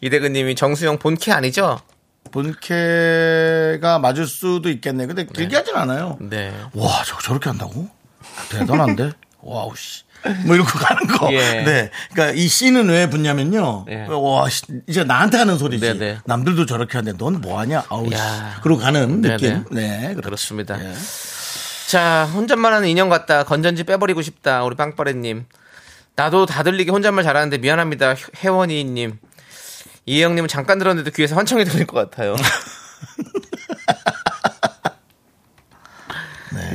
S3: 이대근님이 정수영 본캐 아니죠?
S2: 본캐가 맞을 수도 있겠네. 근데 길게 하진 않아요.
S3: 네.
S2: 와, 저거 저렇게 한다고? 대단한데? 와우, 씨. 뭐 이러고 가는 거.
S3: 예.
S2: 네. 그러니까 이 씨는 왜 붙냐면요.
S3: 예.
S2: 와, 씨, 이제 나한테 하는 소리지.
S3: 네, 네.
S2: 남들도 저렇게 하는데 넌 뭐 하냐? 아우, 씨.
S3: 야.
S2: 그러고 가는
S3: 네,
S2: 느낌. 네. 그렇죠.
S3: 그렇습니다.
S2: 예.
S3: 자, 혼잣말 하는 인형 같다. 건전지 빼버리고 싶다. 우리 빵빠레님. 나도 다 들리게 혼잣말 잘하는데 미안합니다. 혜원이님. 이혜영님은 잠깐 들었는데도 귀에서 환청이 들릴 것 같아요.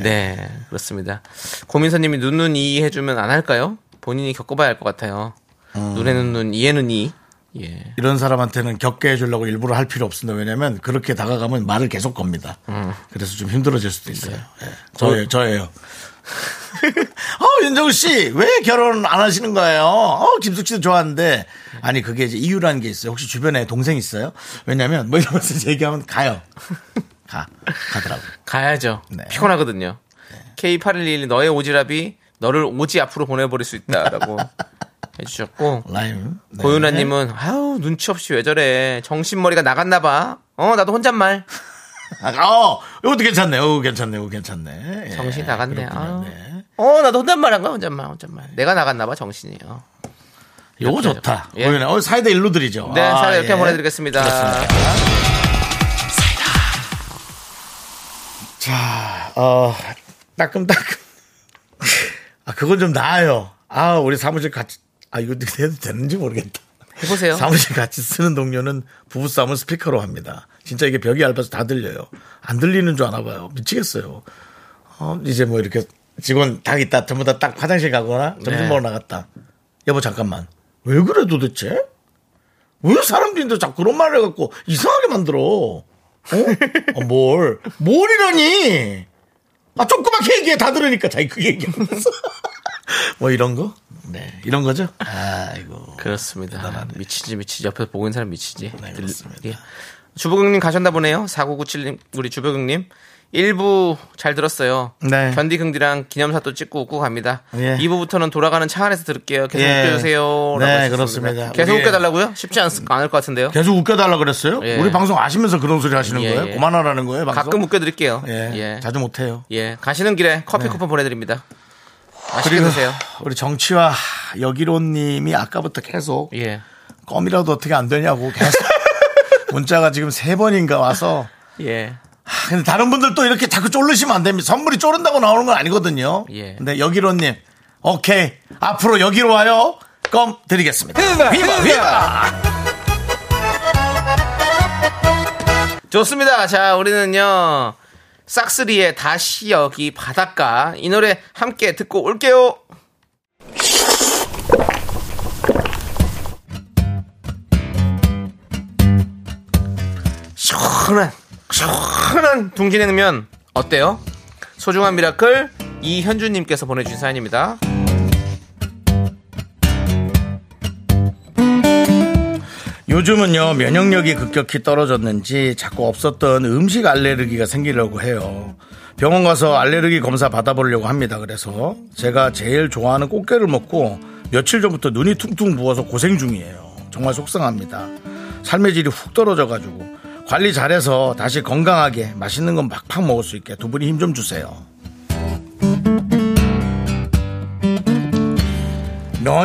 S3: 네. 그렇습니다. 고민서님이 눈눈 이 해주면 안 할까요? 본인이 겪어봐야 할 것 같아요. 눈에는 눈, 이에는 이. 예.
S2: 이런 사람한테는 겪게 해주려고 일부러 할 필요 없습니다. 왜냐면 그렇게 다가가면 말을 계속 겁니다.
S3: 음.
S2: 그래서 좀 힘들어질 수도 있어요.
S3: 네.
S2: 예. 저예요, 저예요. 어, 윤정우 씨, 왜 결혼 안 하시는 거예요? 어, 김숙 씨도 좋아하는데. 아니, 그게 이제 이유라는 게 있어요. 혹시 주변에 동생 있어요? 왜냐면 뭐 이러면서 얘기하면 가요. 가. 가더라고.
S3: 가야죠.
S2: 네.
S3: 피곤하거든요. K8121 너의 오지랖이 너를 오지 앞으로 보내버릴 수 있다라고 해주셨고
S2: 라임. 네.
S3: 고윤아님은 아우 눈치 없이 왜 저래 정신머리가 나갔나봐. 어 나도 혼잣말.
S2: 아, 어, 이것도 괜찮네. 어, 괜찮네. 어, 괜찮네. 예,
S3: 정신 나갔네.
S2: 그렇군요.
S3: 아우.
S2: 네.
S3: 어 나도 혼잣말한가 혼잣말 혼잣말. 내가 나갔나봐 정신이. 요
S2: 요거
S3: 이렇게
S2: 좋다.
S3: 예.
S2: 고윤아. 어, 사이다 일로 드리죠.
S3: 네,
S2: 아,
S3: 사연 이렇게
S2: 예.
S3: 보내드리겠습니다.
S2: 어, 따끔따끔. 아, 그건 좀 나아요. 아, 우리 사무실 같이, 아, 이거 해도 되는지 모르겠다.
S3: 해보세요.
S2: 사무실 같이 쓰는 동료는 부부싸움을 스피커로 합니다. 진짜 이게 벽이 얇아서 다 들려요. 안 들리는 줄 아나 봐요. 미치겠어요. 어, 이제 뭐 이렇게 직원 딱 있다. 전부 다 딱 화장실 가거나 점심
S3: 네.
S2: 먹으러 나갔다. 여보, 잠깐만. 왜 그래 도대체? 왜 사람들인데 자꾸 그런 말을 해갖고 이상하게 만들어? 어? 어, 뭘? 뭘 이러니? 아, 조그맣게 얘기해. 다 들으니까 자기 그 얘기하면서. 뭐 이런 거? 네. 이런 거죠? 아이고.
S3: 그렇습니다. 미치지 미치지 옆에서 보고 있는 사람 미치지.
S2: 네,
S3: 들-
S2: 그렇습니다.
S3: 예. 주부경님 가셨나 보네요. 4997님 우리 주부경님 일부 잘 들었어요.
S2: 네.
S3: 견디 긍디랑 기념사도 찍고 웃고 갑니다.
S2: 예.
S3: 2부부터는 돌아가는 차 안에서 들을게요. 계속
S2: 예.
S3: 웃겨주세요. 라고
S2: 네,
S3: 하셨습니다.
S2: 그렇습니다.
S3: 계속
S2: 우리의- 음.
S3: 웃겨달라고요? 쉽지 않, 않을 것 같은데요.
S2: 계속 웃겨달라 그랬어요?
S3: 예.
S2: 우리 방송 아시면서 그런 소리 하시는
S3: 예,
S2: 거예요?
S3: 예.
S2: 그만하라는 거예요? 방송?
S3: 가끔 웃겨드릴게요.
S2: 예.
S3: 예.
S2: 자주 네. 못해요.
S3: 예. 가시는 길에 커피 쿠폰 보내드립니다. 맛있게 드세요.
S2: 우리 정치와 여기로님이 아까부터 계속
S3: 예.
S2: 껌이라도 어떻게 안 되냐고 계속 문자가 지금 세 번인가 와서
S3: 예.
S2: 아, 근데 다른 분들 또 이렇게 자꾸 쫄르시면 안 됩니다. 선물이 쫄른다고 나오는 건 아니거든요.
S3: 예.
S2: 근데 여기로님 오케이 앞으로 여기로 와요. 껌 드리겠습니다. 휘바 휘바.
S3: 좋습니다. 자, 우리는요. 싹스리의 다시 여기 바닷가 이 노래 함께 듣고 올게요. 시원한 시원한 둥지냉면 어때요? 소중한 미라클 이현주님께서 보내주신 사연입니다.
S2: 요즘은요 면역력이 급격히 떨어졌는지 자꾸 없었던 음식 알레르기가 생기려고 해요. 병원 가서 알레르기 검사 받아보려고 합니다. 그래서 제가 제일 좋아하는 꽃게를 먹고 며칠 전부터 눈이 퉁퉁 부어서 고생 중이에요. 정말 속상합니다. 삶의 질이 훅 떨어져가지고 관리 잘해서 다시 건강하게 맛있는 건 막팍 먹을 수 있게 두 분이 힘 좀 주세요.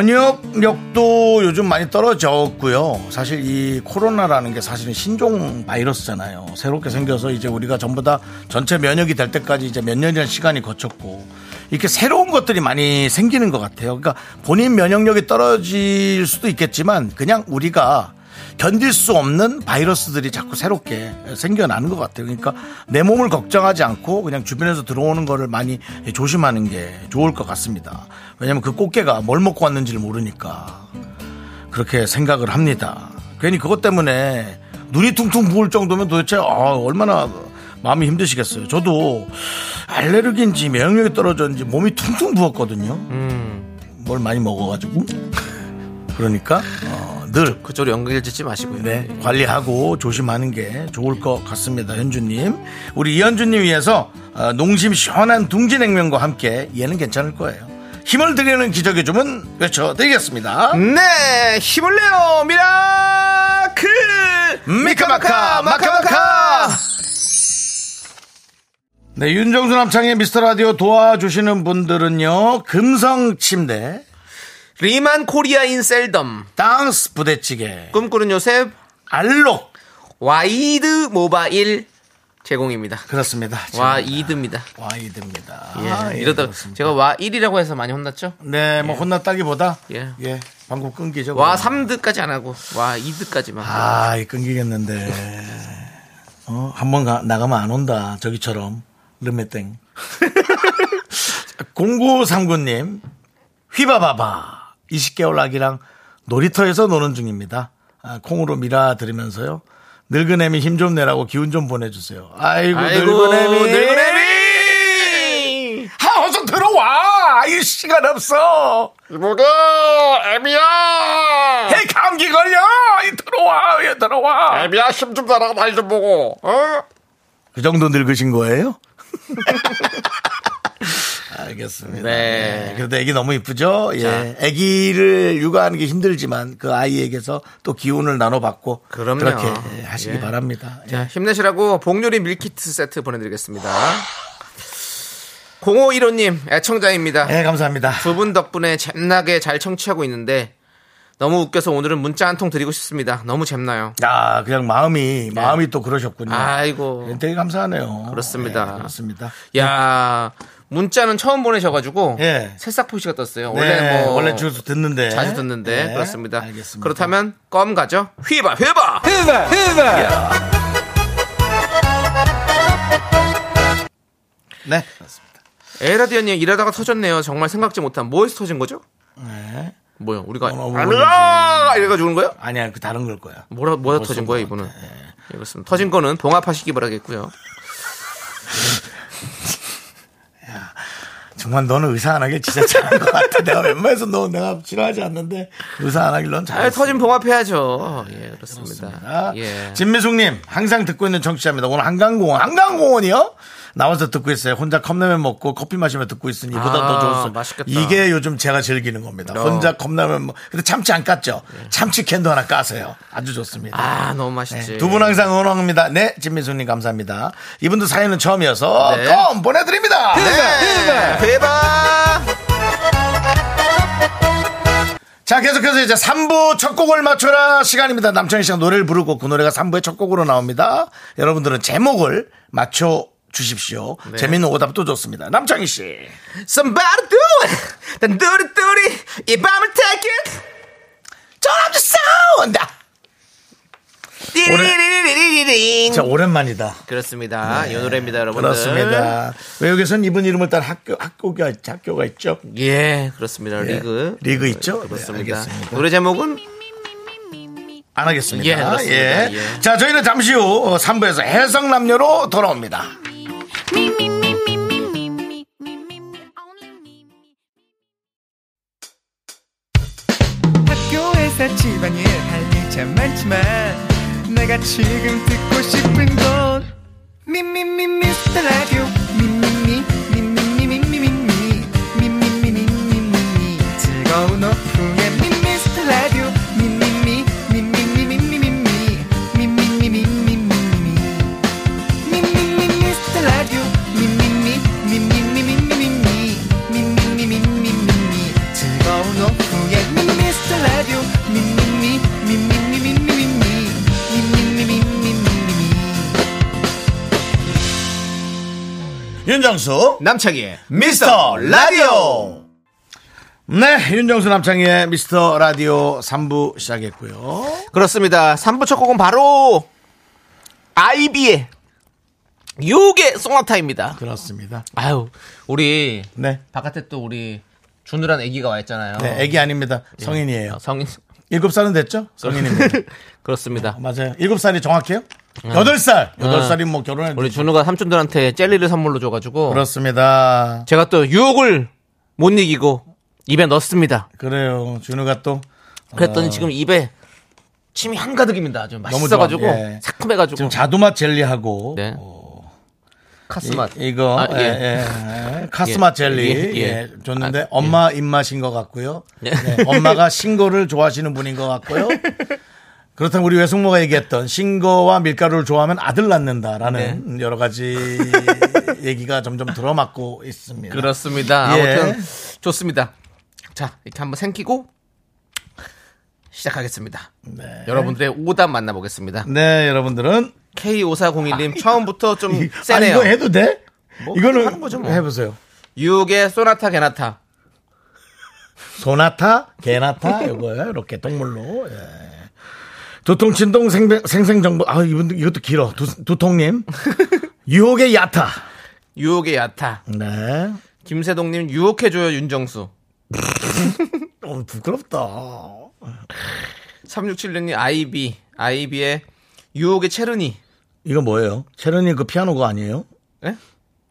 S2: 면역력도 요즘 많이 떨어졌고요. 사실 이 코로나라는 게 사실은 신종 바이러스잖아요. 새롭게 생겨서 이제 우리가 전부 다 전체 면역이 될 때까지 이제 몇 년이라는 시간이 거쳤고 이렇게 새로운 것들이 많이 생기는 것 같아요. 그러니까 본인 면역력이 떨어질 수도 있겠지만 그냥 우리가 견딜 수 없는 바이러스들이 자꾸 새롭게 생겨나는 것 같아요. 그러니까 내 몸을 걱정하지 않고 그냥 주변에서 들어오는 거를 많이 조심하는 게 좋을 것 같습니다. 왜냐면 그 꽃게가 뭘 먹고 왔는지를 모르니까 그렇게 생각을 합니다. 괜히 그것 때문에 눈이 퉁퉁 부을 정도면 도대체 아, 얼마나 마음이 힘드시겠어요. 저도 알레르기인지 면역력이 떨어졌는지 몸이 퉁퉁 부었거든요. 뭘 많이 먹어가지고 그러니까 어, 늘
S3: 그쪽으로 연결 짓지 마시고요.
S2: 네, 관리하고 조심하는 게 좋을 것 같습니다. 현주님. 우리 이현주님 위해서 어, 농심 시원한 둥지냉면과 함께 얘는 괜찮을 거예요. 힘을 드리는 기적의 주문 외쳐드리겠습니다.
S3: 네, 힘을 내요, 미라클! 미카마카, 마카마카!
S2: 네, 윤정수 남창의 미스터 라디오 도와주시는 분들은요. 금성 침대,
S3: 리만 코리아인 셀덤,
S2: 땅스 부대찌개,
S3: 꿈꾸는 요셉,
S2: 알록.
S3: 와이드 모바일 제공입니다.
S2: 그렇습니다.
S3: 와이드입니다.
S2: 와이드입니다.
S3: 예,
S2: 아, 예,
S3: 이러다
S2: 그렇습니다.
S3: 제가 와1이라고 해서 많이 혼났죠?
S2: 네, 뭐 혼났다기보다 예,
S3: 예.
S2: 방금 끊기죠.
S3: 와
S2: 그러면.
S3: 3드까지 안 하고 와 2드까지만.
S2: 아, 이 끊기겠는데. 어, 한번 가- 나가면 안 온다. 저기처럼. 르메땡. 0939님, 휘바바바. 20개월 아기랑 놀이터에서 노는 중입니다. 아, 콩으로 밀어 드리면서요. 늙은애미 힘 좀 내라고 기운 좀 보내주세요. 아이고,
S3: 아이고
S2: 늙은애미.
S3: 늙은애미.
S2: 아, 어서 들어와! 아유, 시간 없어!
S3: 이보게 애미야.
S2: 에 감기 걸려! 이 들어와! 예, 들어와!
S3: 아. 애미야 힘좀 달라고 말 좀 보고. 어?
S2: 그 정도 늙으신 거예요? 알겠습니다.
S3: 네.
S2: 예, 그래도 애기 너무 이쁘죠? 예. 애기를 육아하는 게 힘들지만 그 아이에게서 또 기운을 나눠받고
S3: 그럼요.
S2: 그렇게 예, 하시기
S3: 예.
S2: 바랍니다. 예.
S3: 자, 힘내시라고 복요리 밀키트 세트 보내드리겠습니다. 0515님 애청자입니다.
S2: 예, 감사합니다.
S3: 두 분 덕분에 잼나게 잘 청취하고 있는데 너무 웃겨서 오늘은 문자 한 통 드리고 싶습니다. 너무 잼나요.
S2: 야, 그냥 마음이 마음이 또 그러셨군요.
S3: 네.
S2: 네,
S3: 아이고.
S2: 되게 감사하네요.
S3: 그렇습니다.
S2: 예, 그렇습니다.
S3: 야 문자는 처음 보내셔가지고
S2: 예.
S3: 새싹 표시가 떴어요.
S2: 네,
S3: 원래 뭐
S2: 원래 주로 듣는데
S3: 자주 듣는데
S2: 네,
S3: 그렇습니다.
S2: 알겠습니다.
S3: 그렇다면 껌 가죠. 휘바 휘바.
S2: 네. 그렇습니다.
S3: 에라디언님 일하다가 터졌네요. 정말 생각지 못한 뭐에서 터진 거죠?
S2: 네.
S3: 뭐요? 우리가
S2: 어느 부분인지.
S3: 아니야 이래가 죽은 거예요?
S2: 아니야, 그 다른 걸 거야.
S3: 뭐라 뭐라
S2: 못
S3: 터진
S2: 쓴
S3: 거예요
S2: 것
S3: 이분은?
S2: 같아.
S3: 예, 그렇습니다. 터진 거는 봉합하시기 바라겠고요.
S2: 정말 너는 의사 안 하길 진짜 잘한 것 같아. 내가 웬만해서 너 내가 싫어하지 않는데 의사 안 하길 넌
S3: 아,
S2: 잘했어.
S3: 터진 봉합해야죠. 예 그렇습니다.
S2: 아,
S3: 예.
S2: 진미숙님 항상 듣고 있는 정치자입니다. 오늘 한강공원 한강공원이요? 나와서 듣고 있어요. 혼자 컵라면 먹고 커피 마시며 듣고 있으니 이보다
S3: 아,
S2: 더 좋았어.
S3: 맛있겠다.
S2: 이게 요즘 제가 즐기는 겁니다.
S3: 어.
S2: 혼자 컵라면 먹. 근데 참치 안 깠죠? 참치 캔도 하나 까세요. 예. 아주 좋습니다. 네.
S3: 아 너무 맛있지.
S2: 두 분 항상 응원합니다. 네, 진미숙님 감사합니다. 이분도 사연은 처음이어서
S3: 네.
S2: 껌 보내드립니다.
S3: 네. 대박.
S2: 자, 계속해서 이제 3부 첫 곡을 맞춰라 시간입니다. 남창희 씨가 노래를 부르고 그 노래가 3부의 첫 곡으로 나옵니다. 여러분들은 제목을 맞춰 주십시오.
S3: 네.
S2: 재밌는 오답도 좋습니다. 남창희 씨.
S3: Somebody do it. 난 뚜리뚜리 이 밤을 take it.
S2: 전함 주세요! 온다!
S3: 띠리리리리리링.
S2: 자, 오랜만이다.
S3: 그렇습니다. 이 노래입니다, 네, 여러분들.
S2: 네, 그렇습니다. 외국에선 이분 이름을 따른 학교, 학교가, 학교가 있죠.
S3: 예, 그렇습니다.
S2: 예.
S3: 리그.
S2: 리그 있죠?
S3: 그렇습니다.
S2: 네, 알겠습니다.
S3: 노래 제목은
S2: 안 하겠습니다.
S3: 예, 그렇습니다. 예.
S2: 자, 저희는 잠시 후 3부에서 해성남녀로 돌아옵니다.
S8: Me, me, me, me, me, me, me, me, me, me, only me, me.
S9: 학교에서 집안일 할 일 참 많지만 내가 지금 듣고 싶은 건 미미미 미스터 라디오 미미미 오후에 미스터 라디오 미미미 미미미 미미미 미미미 미미미 미미미 미스터 라디오 미미미 미미미 미미미 미미미 미미미 즐거운 오후에 미스터 라디오 미미미 미미미 미미미 미미미 미미미
S2: 윤정수
S3: 남창희의
S2: 미스터 라디오 네 윤정수 남창희의 미스터 라디오 3부 시작했고요
S3: 그렇습니다. 3부 첫 곡은 바로 아이비의 6의 소나타입니다.
S2: 그렇습니다
S3: 아유, 우리
S2: 네,
S3: 바깥에 또 우리 주느란 아기가 와 있잖아요.
S2: 네 애기 아닙니다 성인이에요
S3: 어, 성인
S2: 일곱 살은 됐죠 성인입니다
S3: 그렇습니다.
S2: 맞아요 일곱 살이 정확해요 여덟 살 여덟 살이 뭐 결혼했죠
S3: 우리 준우가 삼촌들한테 젤리를 선물로 줘가지고
S2: 그렇습니다
S3: 제가 또 유혹을 못 이기고 입에 넣습니다.
S2: 그래요 준우가 또
S3: 그랬더니 지금 입에 침이 한가득입니다. 좀
S2: 아. 너무
S3: 맛있어가지고
S2: 좋아. 예.
S3: 새콤해가지고
S2: 지금 자두맛 젤리하고
S3: 네. 카스맛
S2: 이, 이거
S3: 아,
S2: 예,
S3: 예.
S2: 예, 예. 카스마
S3: 예.
S2: 젤리
S3: 예, 예.
S2: 예, 줬는데
S3: 아, 예.
S2: 엄마 입맛인 것 같고요.
S3: 예.
S2: 네, 엄마가 신거를 좋아하시는 분인 것 같고요. 그렇다면 우리 외숙모가 얘기했던 신거와 밀가루를 좋아하면 아들 낳는다라는
S3: 네.
S2: 여러 가지 얘기가 점점 들어맞고 있습니다.
S3: 그렇습니다.
S2: 예.
S3: 아무튼 좋습니다. 네. 자 이렇게 한번 생기고 시작하겠습니다. 여러분들의 오답 만나보겠습니다.
S2: 네, 여러분들은
S3: K5401님 처음부터 좀
S2: 아,
S3: 세네요.
S2: 이거 해도 돼?
S3: 뭐,
S2: 이거는
S3: 하는 거죠, 뭐.
S2: 해보세요.
S3: 육의 소나타 게나타
S2: 소나타, 개나타, 요거요. 예, 이렇게 동물로. 예. 두통, 진동, 생생, 생생정보. 아, 이분, 이것도 길어. 두, 두통님. 유혹의 야타.
S3: 유혹의 야타
S2: 네.
S3: 김세동님 유혹해줘요 윤정수
S2: 어, 부끄럽다.
S3: 3676님 아이비 아이비의 유혹의 체르니
S2: 이거 뭐예요? 체르니 그 피아노가 아니에요?
S3: 예?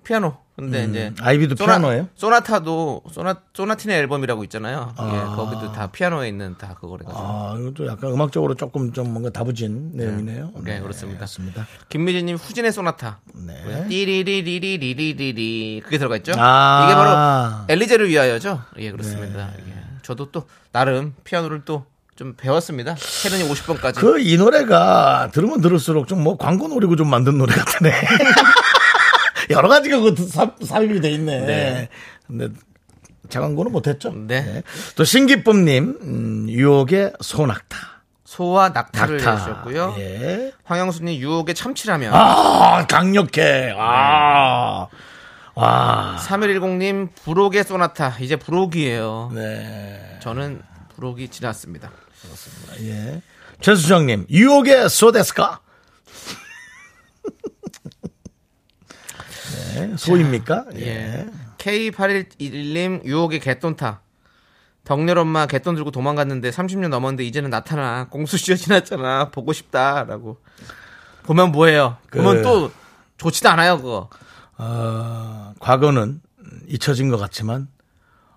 S3: 피아노 근데 이제
S2: 음, 아이비도 피아노예요?
S3: 소나타도 소나 소나티네 앨범이라고 있잖아요. 예, 거기도 다 피아노에 있는 다 그거래 가지고.
S2: 아, 이것도 약간 음악적으로 조금 좀 뭔가 다부진 내용이네요.
S3: 네, 그렇습니다.
S2: 그렇습니다.
S3: 김미진님 후진의 소나타.
S2: 네.
S3: 띠리리리리리리리리 그게 들어가 있죠.
S2: 아.
S3: 이게 바로 엘리제를 위하여죠. 예, 그렇습니다.
S2: 네.
S3: 예. 저도 또 나름 피아노를 또 좀 배웠습니다. 체르니 50번까지.
S2: 그 이 노래가 들으면 들을수록 좀 뭐 광고 노리고 좀 만든 노래 같으네. 여러 가지가 그 삽- 삽입이 돼 있네. 근데 자광고는 못했죠.
S3: 네.
S2: 또 신기쁨님 음, 유혹의 소낙타.
S3: 소와 낙타를
S2: 낙타.
S3: 해주셨고요.
S2: 예.
S3: 황영수님 유혹의 참치라면.
S2: 아 강력해. 아.
S3: 네.
S2: 와.
S3: 3110님 부록의 소나타. 이제 부록이에요.
S2: 네.
S3: 저는 부록이 지났습니다.
S2: 예. 최수정님 유혹의 소데스카. 네, 소입니까?
S3: 예. K8111님 유혹의 개돈타. 덕렬 엄마 개돈 들고 도망갔는데 30년 넘었는데 이제는 나타나. 공수시절 지났잖아. 보고 싶다라고. 보면 뭐예요?
S2: 그-
S3: 보면 또 좋지도 않아요, 그거.
S2: 어, 과거는 잊혀진 것 같지만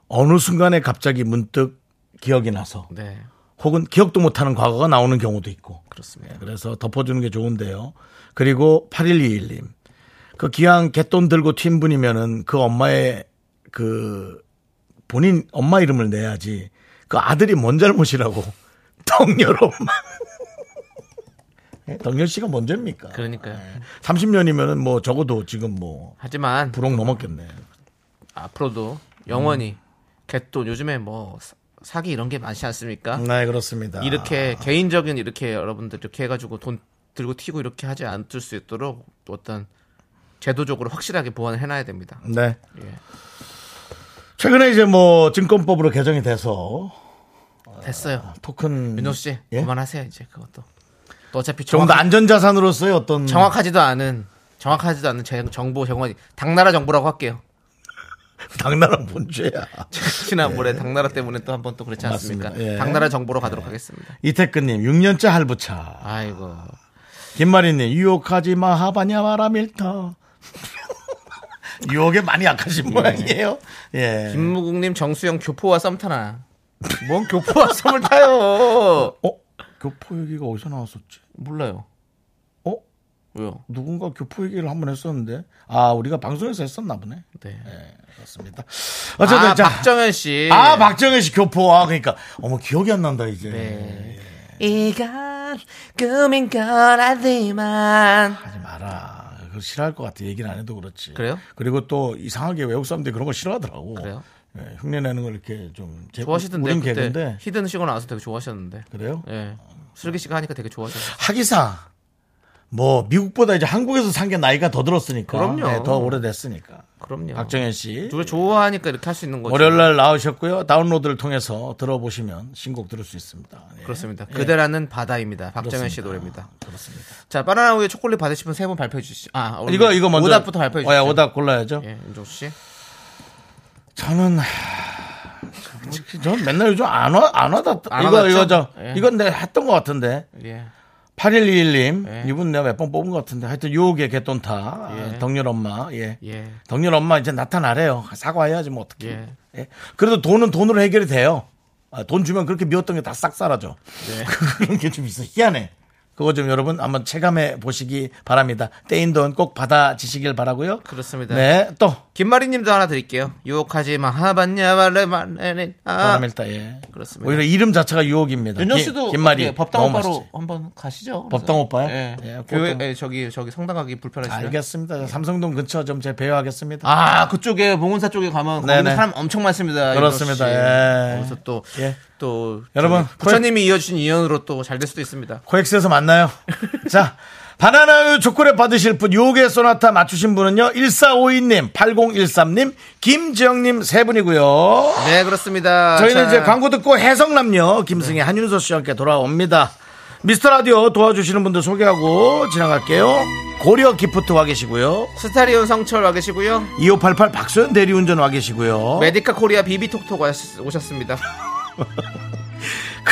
S2: 어느 순간에 갑자기 문득 기억이 나서
S3: 네.
S2: 혹은 기억도 못하는 과거가 나오는 경우도 있고
S3: 그렇습니다.
S2: 그래서 덮어주는 게 좋은데요. 그리고 8121님 그 기왕 갯돈 들고 튄 분이면은 그 엄마의 그 본인 엄마 이름을 내야지 그 아들이 뭔 잘못이라고 덕열 엄마 예? 덕열 씨가 뭔 죄입니까? 네.
S3: 그러니까요.
S2: 30년이면은 뭐 적어도 지금 뭐
S3: 하지만
S2: 부록 넘었겠네.
S3: 앞으로도 영원히 개돈 요즘에 뭐 사- 사기 이런 게 많지 않습니까?
S2: 네, 그렇습니다.
S3: 이렇게 개인적인 이렇게 여러분들 이렇게 해가지고 돈 들고 튀고 이렇게 하지 않을 수 있도록 어떤 제도적으로 확실하게 보완을 해놔야 됩니다.
S2: 네.
S3: 예.
S2: 최근에 이제 뭐 증권법으로 개정이 돼서
S3: 됐어요.
S2: 토큰
S3: 윤호 씨
S2: 아. 예?
S3: 그만하세요 이제 그것도. 또 어차피
S2: 좀 더
S3: 정확하,
S2: 안전자산으로서의 어떤
S3: 정확하지도 않은 정확하지도 않은 제- 정보 정원이 당나라 정보라고 할게요.
S2: 당나라 뭔 죄야.
S3: 지난번에 당나라 때문에 또 한 번 또 그렇지 않습니까?
S2: 예. 맞습니다. 예.
S3: 당나라 정보로 가도록 하겠습니다.
S2: 이태근님 6년째 할부차.
S3: 아이고
S2: 김마리님 유혹하지 마 하바냐 마라 밀터. 유혹에 많이 약하신 모양이에요. 예.
S3: 김무국님 정수영 교포와 썸 타나. 뭔 교포와 썸을 타요?
S2: 어? 교포 얘기가 어디서 나왔었지?
S3: 몰라요.
S2: 어?
S3: 왜요?
S2: 누군가 교포 얘기를 한 번 했었는데 아 우리가 방송에서 했었나 보네.
S3: 네.
S2: 그렇습니다. 어쨌든
S3: 아,
S2: 자,
S3: 박정현 씨.
S2: 아 박정현 씨 교포 아 그러니까 어머 기억이 안 난다 이제.
S3: 네. 이건 꿈인 거라지만.
S2: 하지 마라. 그거 싫어할 것 같아. 얘기는 안 해도 그렇지.
S3: 그래요?
S2: 그리고 또 이상하게 외국 사람들이 그런 거 싫어하더라고.
S3: 그래요?
S2: 예, 흉내 내는 걸 이렇게 좀 제-
S3: 좋아하시던데
S2: 예, 우린
S3: 그때
S2: 개그인데.
S3: 히든 시고 나와서 되게 좋아하셨는데.
S2: 그래요?
S3: 예. 슬기 씨가 하니까 되게 좋아하셨어요.
S2: 하기사 뭐 미국보다 이제 한국에서 산 게 나이가 더 들었으니까.
S3: 그럼요.
S2: 예, 더 오래됐으니까.
S3: 그럼요.
S2: 박정현 씨.
S3: 누가 좋아하니까 이렇게 할 수 있는 거죠.
S2: 월요일 날 나오셨고요. 다운로드를 통해서 들어보시면 신곡 들을 수 있습니다. 예.
S3: 그렇습니다. 그대라는 바다입니다. 박정현 씨
S2: 그렇습니다.
S3: 노래입니다.
S2: 그렇습니다.
S3: 자, 바나나 우유 초콜릿 받으시면 세 분 발표해 주시죠. 아, 오늘
S2: 이거 이거 먼저
S3: 오답부터 발표해 주시죠.
S2: 어, 야, 오답 골라야죠.
S3: 예, 윤종수 씨.
S2: 저는 뭐, 전 맨날 요즘 안와안 와다
S3: 안
S2: 이거
S3: 와닿죠?
S2: 이거 저
S3: 예.
S2: 이건 내가 했던 것 같은데
S3: 예.
S2: 8121님
S3: 예.
S2: 이분 내가 몇 번 뽑은 것 같은데 하여튼 유혹의 개돈타 아,
S3: 예.
S2: 덕률 엄마 예.
S3: 예.
S2: 덕률 엄마 이제 나타나래요 사과해야지 뭐 어떻게
S3: 예.
S2: 그래도 돈은 돈으로 해결이 돼요 아, 돈 주면 그렇게 미웠던 게 다 싹 사라져
S3: 예.
S2: 그런 게 좀 있어 희한해 그거 좀 여러분 한번 체감해 보시기 바랍니다 떼인 돈 꼭 받아지시길 바라고요
S3: 그렇습니다.
S2: 네또
S3: 김마리 님도 하나 드릴게요. 유혹하지 마. 하봤냐 말래 말래. 아.
S2: 바람일다 예
S3: 그렇습니다.
S2: 오히려 이름 자체가 유혹입니다.
S3: 윤정
S2: 아, 김-
S3: 씨도
S2: 김말이
S3: 어떻게 법당
S2: 너무
S3: 오빠로
S2: 맛있지.
S3: 한번 가시죠.
S2: 법당
S3: 그래서.
S2: 오빠요?
S3: 예.
S2: 예,
S3: 교회
S2: 그것도- 아,
S3: 예, 저기 저기 성당 가기 불편하시죠.
S2: 알겠습니다. 삼성동 근처 좀 제 배회하겠습니다.
S3: 예. 아 그쪽에 봉은사 쪽에 가면 거기
S2: 네네.
S3: 사람 엄청 많습니다.
S2: 그렇습니다.
S3: 윤정 씨.
S2: 예.
S3: 거기서 또
S2: 예.
S3: 또
S2: 여러분,
S3: 저기 부처님이 이어주신 인연으로 또 잘 될 수도 있습니다.
S2: 코엑스에서 만나요. 자, 바나나우유 초콜릿 받으실 분, 요괴 소나타 맞추신 분은요, 1452님, 8013님, 김지영님 세 분이고요.
S3: 네 그렇습니다.
S2: 저희는
S3: 자, 네.
S2: 이제 광고 듣고 해성남녀 김승희 한윤서 씨와 함께 돌아옵니다. 미스터 라디오 도와주시는 분들 소개하고 지나갈게요. 고려 기프트 와 계시고요.
S3: 스타리온 성철 와 계시고요.
S2: 2588 박소연 대리운전 와 계시고요.
S3: 메디카 코리아 비비톡톡 와- 오셨습니다.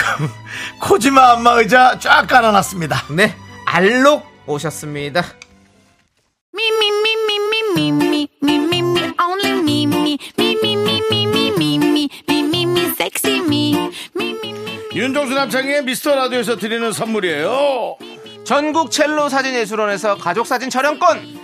S2: 코지마 안마 의자 쫙 깔아놨습니다.
S3: 네 알록 오셨습니다.
S8: Me, me, me, me, me, me, me, me, me, me, only me, me, me, me, me, me, me, me, me, me, me, me, sexy me, me, me, me.
S2: 윤종수 남창의 미스터 라디오에서 드리는 선물이에요.
S3: 전국 첼로 사진예술원에서 가족 사진 촬영권.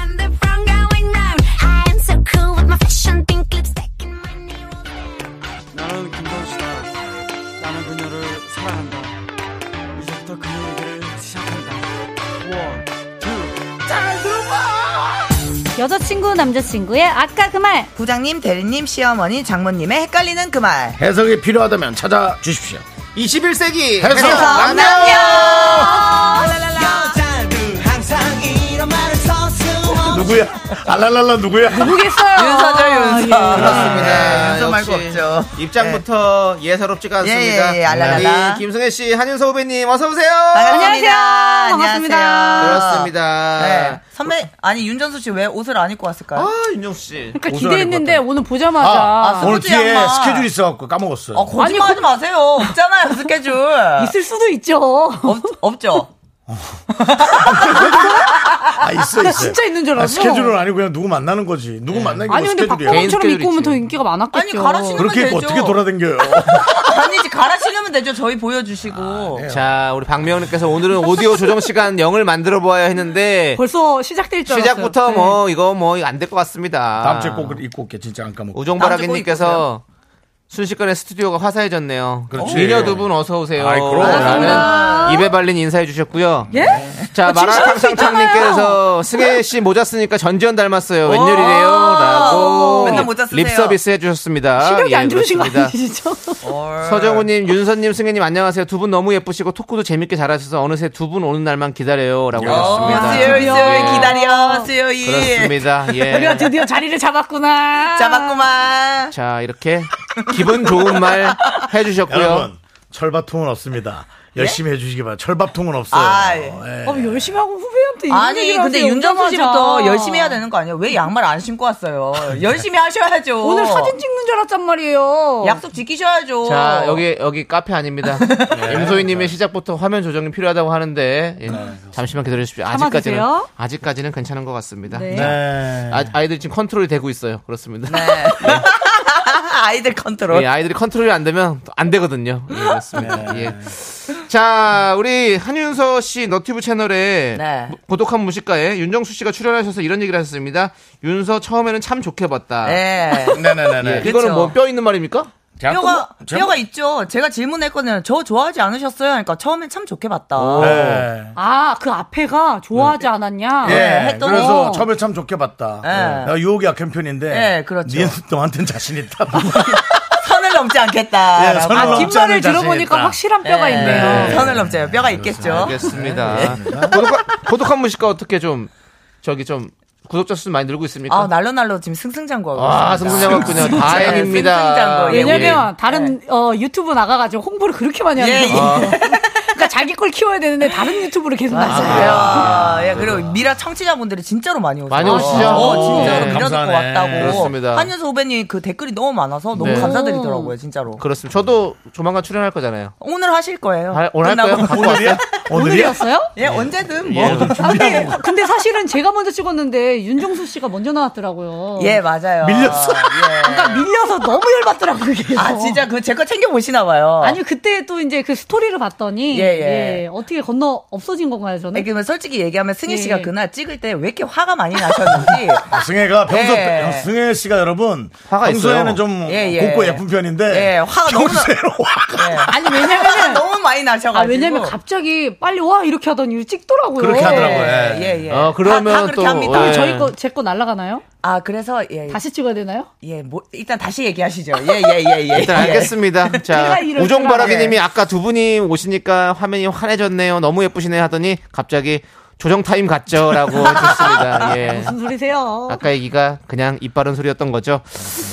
S8: front going round. I am so cool with my fashion pink lipstick and my new.
S10: 나는 김선수다. 나는 그녀를 사랑한다. 이제부터 그 얘기를 시작한다. 원, 투.
S11: 여자친구 남자친구의 아까 그 말
S9: 부장님, 대리님, 시어머니, 장모님의 헷갈리는 그 말.
S2: 해석이 필요하다면 찾아주십시오.
S3: 21세기
S2: 해석
S10: 여자들 항상 이런 말을 서슴없이
S2: 누구야? 알랄랄라 누구야?
S9: 윤서죠, 윤서.
S3: 그렇습니다.
S9: 윤서 네, 말고
S3: 역시
S9: 없죠. 네.
S3: 입장부터 예. 사롭지가 않습니다.
S9: 예, 예, 알랄랄라.
S3: 우리 김승혜 씨, 한윤서 후배님 어서 오세요.
S9: 반갑습니다.
S11: 안녕하세요. 반갑습니다.
S3: 그렇습니다.
S9: 네. 선배, 아니, 윤전수 씨 왜 옷을 안 입고 왔을까요?
S3: 아 윤정 씨.
S5: 그러니까 기대했는데 오늘 보자마자
S2: 아,
S9: 아,
S2: 오늘
S9: 소주
S2: 뒤에
S9: 양말.
S2: 스케줄 있어갖고 까먹었어요.
S9: 어, 거짓말 하지 마세요. 없잖아요, 스케줄.
S5: 있을 수도 있죠.
S9: 없, 없죠?
S2: 아, 있어, 있어.
S5: 진짜 있는 줄
S2: 아,
S5: 알았어.
S2: 스케줄은 아니고 그냥 누구 만나는 거지. 누구 만나는 게
S5: 아니 근데
S2: 스케줄이야.
S5: 박보검처럼
S3: 개인
S5: 입고 오면 더
S3: 스케줄이지.
S5: 인기가 많았겠죠.
S9: 아니, 가라치는
S2: 그렇게 입고
S9: 되죠.
S2: 어떻게 돌아댕겨요?
S9: 아니지, 갈아 신으면 되죠. 저희 보여주시고.
S3: 자 우리 박명님께서 오늘은 오디오 조정 시간 0을 만들어 보아야 했는데
S9: 네.
S5: 벌써 시작될 줄 알았어요.
S3: 시작부터
S5: 네.
S3: 뭐 이거 뭐 안 될 것 같습니다.
S2: 다음 주에 꼭 입고 올게. 진짜 안 까먹고.
S3: 우종바라기님께서 순식간에 스튜디오가 화사해졌네요.
S2: 그렇지.
S3: 미녀 두 분 어서 오세요.
S2: 아이, 그럼.
S3: 라는 입에 발린 인사해 주셨고요.
S5: 예?
S3: 자 마라탕상창님께서
S5: 있잖아요.
S3: 승혜 씨 모자 쓰니까 전지현 닮았어요. 웬일이래요?라고
S9: 맨날 모자 쓰세요.
S3: 립 서비스
S9: 아,
S3: 해주셨습니다.
S5: 시력이
S3: 예,
S5: 안 좋으신 거
S3: 그렇습니다.
S5: 아니시죠?
S3: 서정우님, 윤선님, 승혜님 안녕하세요. 두 분 너무 예쁘시고 토크도 재밌게 잘하셔서 어느새 두 분 오는 날만 기다려요라고
S9: 어,
S3: 하셨습니다.
S9: 수요일, 수요일
S3: 예.
S9: 기다려, 수요일.
S3: 아, 그렇습니다. 예.
S11: 그렇죠.
S5: 우리가 드디어 자리를 잡았구나.
S9: 잡았구만.
S3: 자 이렇게 기분 좋은 말 해주셨고요.
S2: 여러분, 철밥통은 없습니다. 열심히 해주시기 바랍니다. 철밥통은 없어요.
S9: 아, 예.
S2: 어, 예.
S5: 어, 열심히 하고 후배한테 저한테 이런
S9: 아니
S5: 얘기를
S9: 근데
S5: 하세요,
S9: 윤정수 씨부터
S5: 오자마자.
S9: 열심히 해야 되는 거 아니에요? 왜 양말 안 신고 왔어요? 열심히 하셔야죠.
S5: 오늘 사진 찍는 줄 알았단 말이에요.
S9: 약속 지키셔야죠.
S3: 자 여기 여기 카페 아닙니다.
S2: 네.
S3: 임소희님의 시작부터 화면 조정이 필요하다고 하는데 예, 잠시만 기다려 주십시오. 아직까지는
S9: 참아주세요.
S3: 아직까지는 괜찮은 것 같습니다.
S9: 네.
S3: 자,
S2: 네.
S3: 아, 이들 지금 컨트롤이 되고 있어요. 그렇습니다. 네.
S9: 아이들 컨트롤.
S3: 예, 아이들이 컨트롤이 안 되면 또안 되거든요. 예, 그렇습니다. 예. 자, 우리 한윤서 씨 너튜브 채널에
S9: 네.
S3: 무- 고독한 무식가에 윤정수 씨가 출연하셔서 이런 얘기를 하셨습니다. 윤서 처음에는 참 좋게 봤다.
S9: 네.
S2: 네네네네.
S3: 예, 이거는
S9: 그쵸.
S3: 뭐 뼈 있는 말입니까?
S9: 뼈가 뼈가 있죠. 제가 질문했거든요. 저 좋아하지 않으셨어요? 그러니까 처음엔 참 좋게 봤다.
S2: 네.
S5: 아, 그 앞에가
S9: 네.
S5: 좋아하지 않았냐? 네,
S2: 예,
S11: 네,
S9: 했더니-
S2: 그래서 처음에 참 좋게 봤다. 네.
S9: 예.
S2: 내가 유혹이 약한 편인데.
S9: 예, 그렇죠.
S2: 니 너한테는 자신 있다.
S9: 선을 넘지 않겠다.
S2: 예, 선을
S11: 아,
S9: 라고.
S2: 넘지 않을
S5: 아, 뒷말을
S2: 자신
S5: 들어보니까
S2: 있다.
S5: 확실한 뼈가
S9: 예,
S5: 있네요.
S9: 선을 넘지 않아요. 뼈가 있겠죠.
S3: 알겠습니다. 예. 고독한, 고독한 무식가 어떻게 좀 저기 좀 구독자 수 많이 늘고 있습니까?
S9: 아 날로 날로 지금 승승장구하고.
S3: 아,
S9: 있습니다.
S3: 승승장구군요. 다행입니다.
S9: 승승장구. 예,
S5: 왜냐면 다른 어, 유튜브 나가가지고 홍보를 그렇게 많이 하는
S9: 예,
S5: 거예요. 그러니까 자기 걸 키워야 되는데 다른 유튜브로 계속 나가요.
S9: 아, 예, 그리고 미라 청취자분들이 진짜로 많이 오세요.
S3: 많이 오시죠? 예,
S9: 어, 진짜로
S2: 오,
S9: 미라 듣고
S2: 감사하네.
S9: 왔다고.
S3: 그렇습니다.
S9: 한윤서 후배님 그 댓글이 너무 많아서 너무
S3: 네.
S9: 감사드리더라고요, 진짜로.
S3: 그렇습니다. 저도 조만간 출연할 거잖아요.
S9: 오늘 하실 거예요.
S3: 아, 오늘 할
S9: 어,
S3: 거예요?
S9: 끝나고.
S3: 갖고
S2: 오늘이야?
S3: 왔어요?
S2: 오늘이야?
S5: 오늘이었어요?
S9: 예, 언제든 뭐.
S5: 아, 근데, 근데 사실은 제가 먼저 찍었는데 윤종수 씨가 먼저 나왔더라고요.
S9: 예, 맞아요.
S2: 밀렸어?
S9: 예.
S5: 그러니까 밀려서 너무 열받더라고요. 계속.
S9: 아, 진짜 그 제 거 챙겨 보시나 봐요.
S5: 아니 그때 또 이제 그 스토리를 봤더니
S9: 예, 예.
S5: 예, 어떻게 건너 없어진 건가요 저는?
S9: 아니, 예, 그러면 솔직히 얘기하면 승희 씨가
S5: 예.
S9: 그날 찍을 때 왜 이렇게 화가 많이 나셨는지
S2: 승혜가 평소
S9: 예.
S2: 예. 승혜 씨가 여러분
S3: 화가
S2: 평소에는
S3: 있어요.
S2: 좀
S9: 예, 예.
S2: 곱고 예쁜 편인데
S9: 예, 화가 너무 나-
S2: 평소에는 화가
S9: 예.
S5: 아니
S9: 화가
S5: 왜냐면은
S9: 너무 많이 나셔 가지고.
S5: 아 왜냐면 갑자기 빨리 와 이렇게 하더니 찍더라고요. 네.
S2: 그렇게 하더라고요.
S9: 예,
S2: 예.
S9: 예, 예.
S3: 어, 그러면
S9: 다, 다 그렇게
S3: 또,
S9: 합니다.
S3: 예.
S5: 저희 거 제 거 날라가나요?
S9: 아, 그래서 예.
S5: 다시 찍어야 되나요?
S9: 예, 뭐 일단 다시 얘기하시죠. 예, 예, 예, 예.
S3: 일단 알겠습니다. 자,
S5: 내가 이럴
S3: 우종바라기님이
S9: 예.
S3: 아까 두 분이 오시니까 화면이 환해졌네요. 너무 예쁘시네 하더니 갑자기 조정 타임 같죠라고 했습니다. 예.
S5: 무슨 소리세요?
S3: 아까 얘기가 그냥 입 바른 소리였던 거죠.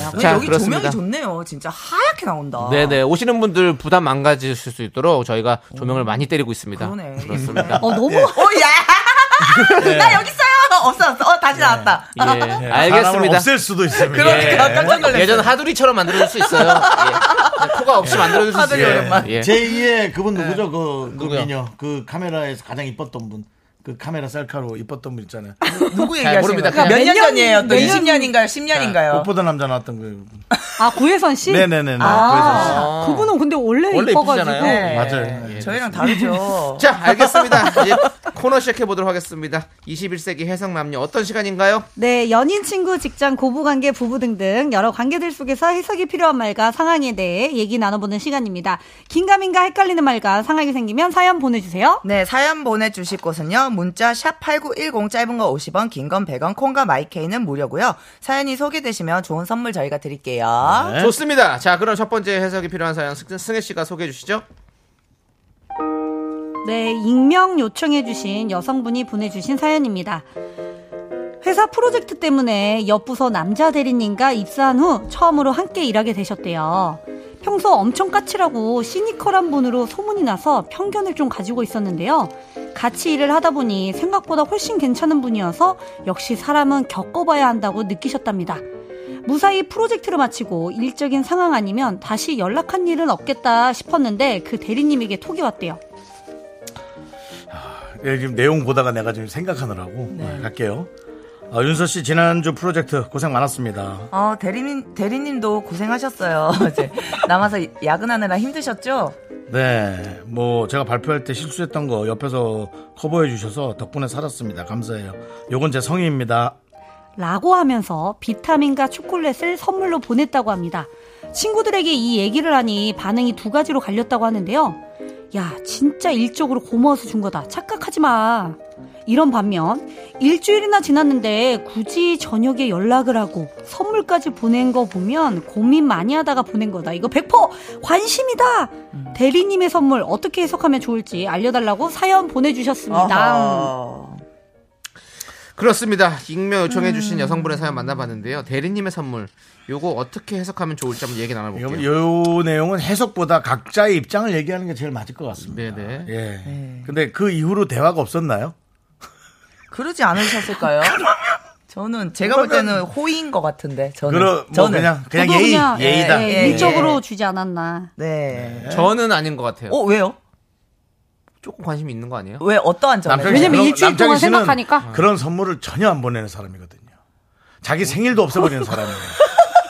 S9: 예. 야, 근데
S3: 자,
S9: 여기
S3: 그렇습니다.
S9: 조명이 좋네요. 진짜 하얗게 나온다.
S3: 네네 오시는 분들 부담 안 가지실 수 있도록 저희가 조명을 많이 때리고 있습니다.
S9: 그러네.
S3: 그렇습니다.
S5: 어 너무
S9: 오, 야! 나 여기 있어요! 없어, 없어. 어, 다시 나왔다.
S3: 예,
S2: 예. 사람을
S3: 알겠습니다. 예.
S2: 없앨 수도 있습니다.
S9: 그러니까 깜짝 놀랐어요.
S3: 예전 하두리처럼 만들어줄 수 있어요. 예. 코가 없이 만들어줄 수
S9: 네. 하두리
S3: 있어요.
S9: 오랜만.
S3: 예.
S2: 제2의 그분 누구죠? 그, 그
S3: 누구요?
S2: 미녀. 그 카메라에서 가장 이뻤던 분. 그 카메라 셀카로 이뻤던 분 있잖아요.
S9: 누구 얘기하시는
S3: 모릅니다.
S9: 거예요?
S3: 그냥
S9: 몇년
S5: 몇
S9: 전이에요? 또
S5: 년-
S9: 20년인가요? 10년인가요?
S2: 꽃보다 남자 나왔던 그.
S5: 아 고혜선 씨?
S2: 네네네네.
S5: 아, 그분은 근데 원래,
S3: 원래
S5: 이뻐가지고
S9: 네.
S5: 네.
S3: 이쁘잖아요.
S2: 맞아요. 예.
S9: 저희랑 다르죠.
S3: 자, 알겠습니다. 이제 코너 시작해 보도록 하겠습니다. 21세기 해성 남녀 어떤 시간인가요?
S11: 네, 연인, 친구, 직장, 고부관계, 부부 등등 여러 관계들 속에서 해석이 필요한 말과 상황에 대해 얘기 나눠보는 시간입니다. 긴가민가 헷갈리는 말과 상황이 생기면 사연 보내주세요.
S9: 네, 사연 보내주실 곳은요. 문자 샵 8910 짧은 거 50원, 긴 건 100원, 콩과 마이케이는 무료고요. 사연이 소개되시면 좋은 선물 저희가 드릴게요.
S3: 좋습니다. 자, 그럼 첫 번째 해석이 필요한 사연 승- 승혜 씨가 소개해 주시죠.
S11: 네, 익명 요청해주신 여성분이 보내주신 사연입니다. 회사 프로젝트 때문에 옆부서 남자 대리님과 입사한 후 처음으로 함께 일하게 되셨대요. 평소 엄청 까칠하고 시니컬한 분으로 소문이 나서 편견을 좀 가지고 있었는데요. 같이 일을 하다 보니 생각보다 훨씬 괜찮은 분이어서 역시 사람은 겪어봐야 한다고 느끼셨답니다. 무사히 프로젝트를 마치고 일적인 상황 아니면 다시 연락한 일은 없겠다 싶었는데 그 대리님에게 톡이 왔대요.
S2: 예, 지금 내용 보다가 내가 지금 생각하느라고 네, 갈게요. 아, 윤서 씨 지난주 프로젝트 고생 많았습니다.
S9: 어, 대리님, 대리님도 고생하셨어요. 이제 남아서 야근하느라 힘드셨죠?
S2: 네, 뭐 제가 발표할 때 실수했던 거 옆에서 커버해 주셔서 덕분에 살았습니다. 감사해요. 요건 제 성의입니다.
S11: 라고 하면서 비타민과 초콜릿을 선물로 보냈다고 합니다. 친구들에게 이 얘기를 하니 반응이 두 가지로 갈렸다고 하는데요. 야, 진짜 일적으로 고마워서 준 거다. 착각하지 마. 이런 반면, 일주일이나 지났는데 굳이 저녁에 연락을 하고 선물까지 보낸 거 보면 고민 많이 하다가 보낸 거다. 이거 100% 관심이다!
S2: 음.
S11: 대리님의 선물 어떻게 해석하면 좋을지 알려달라고 사연
S9: 네,
S11: 보내주셨습니다.
S9: 아하.
S3: 그렇습니다. 익명 요청해 주신
S9: 음.
S3: 여성분의 사연 만나봤는데요. 대리님의 선물. 요거 어떻게 해석하면 좋을지 한번 얘기 나눠
S2: 요,
S3: 볼게요.
S2: 요 내용은 해석보다 각자의 입장을
S11: 네.
S2: 아, 예. 얘기하는 게 제일 맞을 것 같습니다.
S3: 네네.
S2: 예. 근데 그 이후로 대화가 없었나요?
S9: 그러지 않으셨을까요? 저는 제가 볼 때는 호의인 것 같은데 저는
S2: 그러- 뭐
S9: 저는
S2: 그냥- 그냥
S11: 저도
S2: 예의,
S11: 그냥,
S2: 예의다.
S11: 예,
S2: 예,
S11: 일적으로
S9: 예.
S11: 주지 않았나.
S9: 네.
S3: 저는 아닌 것 같아요.
S9: 어 왜요?
S3: 조금 관심 있는 거 아니에요?
S9: 왜 어떠한 점에?
S2: 남편이
S11: 왜냐면
S2: 그런-
S11: 일주일
S2: 남편이
S11: 동안
S2: 씨는
S11: 생각하니까.
S2: 그런 선물을 전혀 안 보내는 사람이거든요. 자기 생일도 없애버리는 사람이에요.